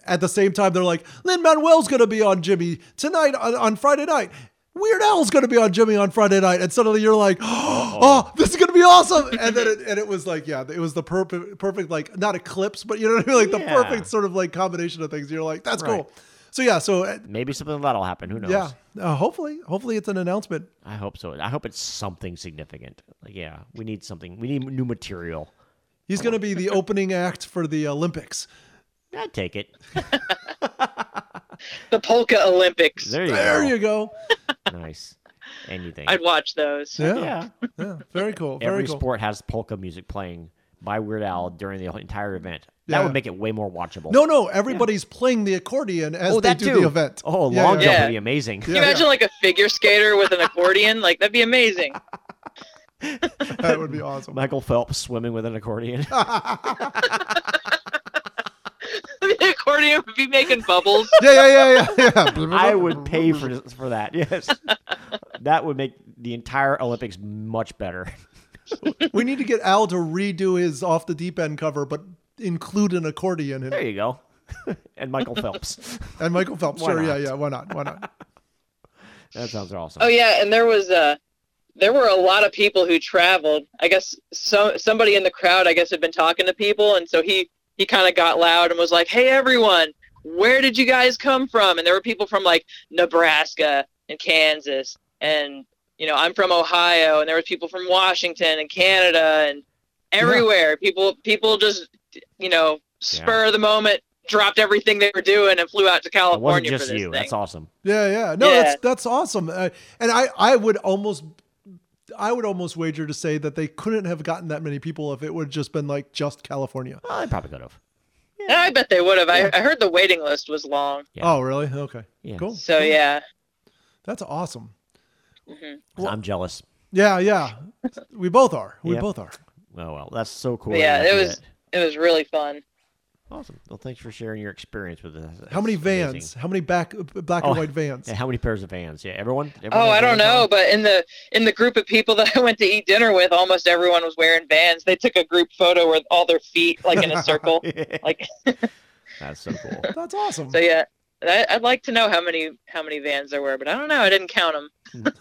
[SPEAKER 1] at the same time. They're like, Lin Manuel's going to be on Jimmy tonight on, on Friday night. Weird Al's going to be on Jimmy on Friday night, and suddenly you're like, "Oh, this is going to be awesome!" And then it, and it was like, yeah, it was the perfect, perfect like not eclipse, but you know what I mean, like the
[SPEAKER 3] Yeah.
[SPEAKER 1] perfect sort of like combination of things. You're like, "That's
[SPEAKER 3] Right.
[SPEAKER 1] cool." So yeah, so uh,
[SPEAKER 3] Maybe something that'll happen. Who knows?
[SPEAKER 1] yeah, uh, hopefully, hopefully it's an announcement.
[SPEAKER 3] I hope so. I hope it's something significant. Like, yeah, we need something. We need new material.
[SPEAKER 1] He's going to be the opening act for the Olympics.
[SPEAKER 3] I'd take it.
[SPEAKER 4] The polka Olympics.
[SPEAKER 3] There you
[SPEAKER 1] There
[SPEAKER 3] go.
[SPEAKER 1] you go.
[SPEAKER 3] Nice. Anything.
[SPEAKER 4] I'd watch those.
[SPEAKER 1] Yeah, yeah,
[SPEAKER 3] yeah.
[SPEAKER 1] very cool. Oh, Very
[SPEAKER 3] Every
[SPEAKER 1] cool.
[SPEAKER 3] sport has polka music playing by Weird Al during the entire event. That
[SPEAKER 1] Yeah.
[SPEAKER 3] would make it way more watchable.
[SPEAKER 1] No, no, everybody's playing the accordion as
[SPEAKER 3] oh,
[SPEAKER 1] they
[SPEAKER 3] that
[SPEAKER 1] do
[SPEAKER 3] too.
[SPEAKER 1] the event.
[SPEAKER 3] Oh,
[SPEAKER 1] Yeah,
[SPEAKER 3] long
[SPEAKER 1] yeah.
[SPEAKER 3] jump
[SPEAKER 4] yeah.
[SPEAKER 3] would be amazing.
[SPEAKER 4] Can you
[SPEAKER 1] Yeah,
[SPEAKER 4] imagine like a figure skater with an accordion? Like that'd be amazing.
[SPEAKER 1] that would be awesome.
[SPEAKER 3] Michael Phelps swimming with an accordion.
[SPEAKER 4] the accordion would be making bubbles.
[SPEAKER 1] Yeah, yeah, yeah, yeah. yeah.
[SPEAKER 3] I would pay for for that. Yes, that would make the entire Olympics much better.
[SPEAKER 1] we need to get Al to redo his off the deep end cover, but include an accordion in
[SPEAKER 3] There
[SPEAKER 1] it.
[SPEAKER 3] you go. and Michael Phelps.
[SPEAKER 1] And Michael Phelps.
[SPEAKER 3] Why
[SPEAKER 1] Sure, yeah,
[SPEAKER 3] not?
[SPEAKER 1] yeah. Why not? Why not?
[SPEAKER 3] That sounds awesome.
[SPEAKER 4] Oh yeah, and there was uh there were a lot of people who traveled. I guess so somebody in the crowd I guess had been talking to people and so he he kind of got loud and was like, "Hey everyone, where did you guys come from?" And there were people from like Nebraska and Kansas and you know, I'm from Ohio and there were people from Washington and Canada and everywhere. People people just you know, spur of the moment dropped everything they were doing and flew out to
[SPEAKER 3] it wasn't
[SPEAKER 4] California
[SPEAKER 3] just
[SPEAKER 4] for this
[SPEAKER 3] you.
[SPEAKER 4] thing.
[SPEAKER 3] That's awesome.
[SPEAKER 1] Yeah, yeah. No,
[SPEAKER 4] Yeah.
[SPEAKER 1] that's that's awesome. Uh, and I, I would almost, I would almost wager to say that they couldn't have gotten that many people if it would have just been like just California.
[SPEAKER 3] Well, I probably could have.
[SPEAKER 4] Yeah, I bet they would have. I, I heard the waiting list was long.
[SPEAKER 3] Yeah.
[SPEAKER 1] Oh, really? Okay.
[SPEAKER 3] Yeah.
[SPEAKER 1] Cool.
[SPEAKER 4] So yeah,
[SPEAKER 1] That's awesome.
[SPEAKER 3] So I'm jealous.
[SPEAKER 1] Yeah, yeah. We both are. We
[SPEAKER 3] Yep.
[SPEAKER 1] both are.
[SPEAKER 3] Oh well, that's so cool.
[SPEAKER 4] But yeah,
[SPEAKER 3] that
[SPEAKER 4] it
[SPEAKER 3] you
[SPEAKER 4] was
[SPEAKER 3] did
[SPEAKER 4] it was really fun.
[SPEAKER 3] awesome. Well, thanks for sharing your experience with us.
[SPEAKER 1] How many
[SPEAKER 3] It's
[SPEAKER 1] vans?
[SPEAKER 3] amazing.
[SPEAKER 1] How many back black
[SPEAKER 3] Oh,
[SPEAKER 1] and white vans?
[SPEAKER 3] Yeah, how many pairs of vans? Yeah, everyone. everyone
[SPEAKER 4] Oh, I
[SPEAKER 3] had
[SPEAKER 4] don't
[SPEAKER 3] vans on?
[SPEAKER 4] know, but in the in the group of people that I went to eat dinner with, almost everyone was wearing Vans. They took a group photo with all their feet like in a circle. Like
[SPEAKER 3] that's so cool.
[SPEAKER 1] That's awesome.
[SPEAKER 4] so, yeah. I, I'd like to know how many how many Vans there were, but I don't know. I didn't count them.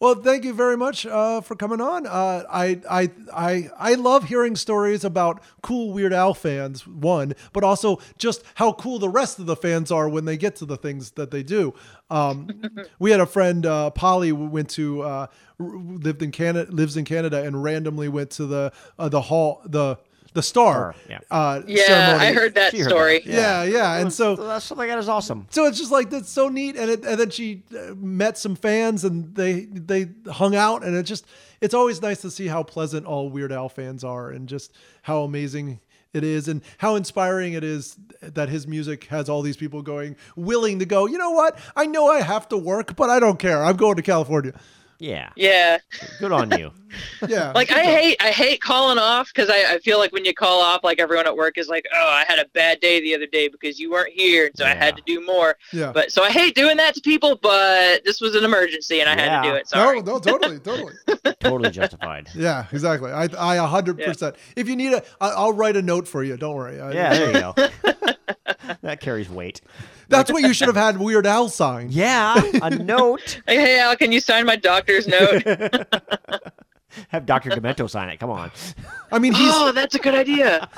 [SPEAKER 1] Well, thank you very much uh, for coming on. Uh, I, I I I love hearing stories about cool Weird Al fans. One, but also just how cool the rest of the fans are when they get to the things that they do. Um, we had a friend, uh, Polly, who went to uh, r- lived in Canada, lives in Canada, and randomly went to the uh, the hall the the star.
[SPEAKER 3] Star, yeah.
[SPEAKER 1] Uh,
[SPEAKER 4] Yeah,
[SPEAKER 1] ceremony.
[SPEAKER 4] I heard that
[SPEAKER 3] She heard that.
[SPEAKER 4] story.
[SPEAKER 1] Yeah, yeah, and so
[SPEAKER 3] that's something that is awesome.
[SPEAKER 1] so it's just like that's so neat, and it, and then she uh, met some fans, and they they hung out, and it just it's always nice to see how pleasant all Weird Al fans are, and just how amazing it is, and how inspiring it is that his music has all these people going willing to go. You know what? I know I have to work, but I don't care. I'm going to California.
[SPEAKER 3] Yeah,
[SPEAKER 4] Yeah.
[SPEAKER 3] good on you.
[SPEAKER 1] Yeah,
[SPEAKER 4] like I hate I hate calling off because I, I feel like when you call off, like everyone at work is like, oh, I had a bad day the other day because you weren't here, and so I had to do more.
[SPEAKER 1] yeah.
[SPEAKER 4] But so I hate doing that to people, but this was an emergency and I had to
[SPEAKER 3] Yeah.
[SPEAKER 4] do it. Sorry.
[SPEAKER 1] No, no, totally, totally.
[SPEAKER 3] totally justified.
[SPEAKER 1] Yeah, exactly. I, I, a hundred
[SPEAKER 4] Yeah.
[SPEAKER 1] percent. If you need a, I- I'll write a note for you. Don't worry. I-
[SPEAKER 3] Yeah, there you go. that carries weight.
[SPEAKER 1] that's what you should have had Weird Al sign.
[SPEAKER 3] Yeah, a note.
[SPEAKER 4] Like, hey Al, can you sign my doctor's note?
[SPEAKER 3] Have Dr. Demento sign it. Come on.
[SPEAKER 1] I mean, he's
[SPEAKER 4] Oh, that's a good idea.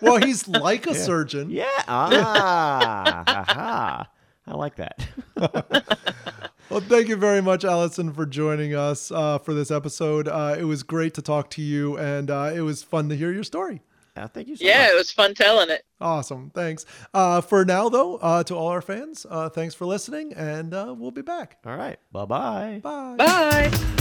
[SPEAKER 1] well, he's like a surgeon.
[SPEAKER 3] Yeah. Ah. aha. I like that.
[SPEAKER 1] Well, thank you very much, Allison, for joining us uh, for this episode. Uh, it was great to talk to you, and uh, it was fun to hear your story.
[SPEAKER 3] Uh, thank you so
[SPEAKER 4] Yeah,
[SPEAKER 3] much.
[SPEAKER 4] it was fun telling it.
[SPEAKER 1] Awesome. Thanks. Uh, for now, though, uh, to all our fans, uh, thanks for listening, and uh, we'll be back.
[SPEAKER 3] All right. Bye-bye.
[SPEAKER 1] Bye.
[SPEAKER 4] Bye.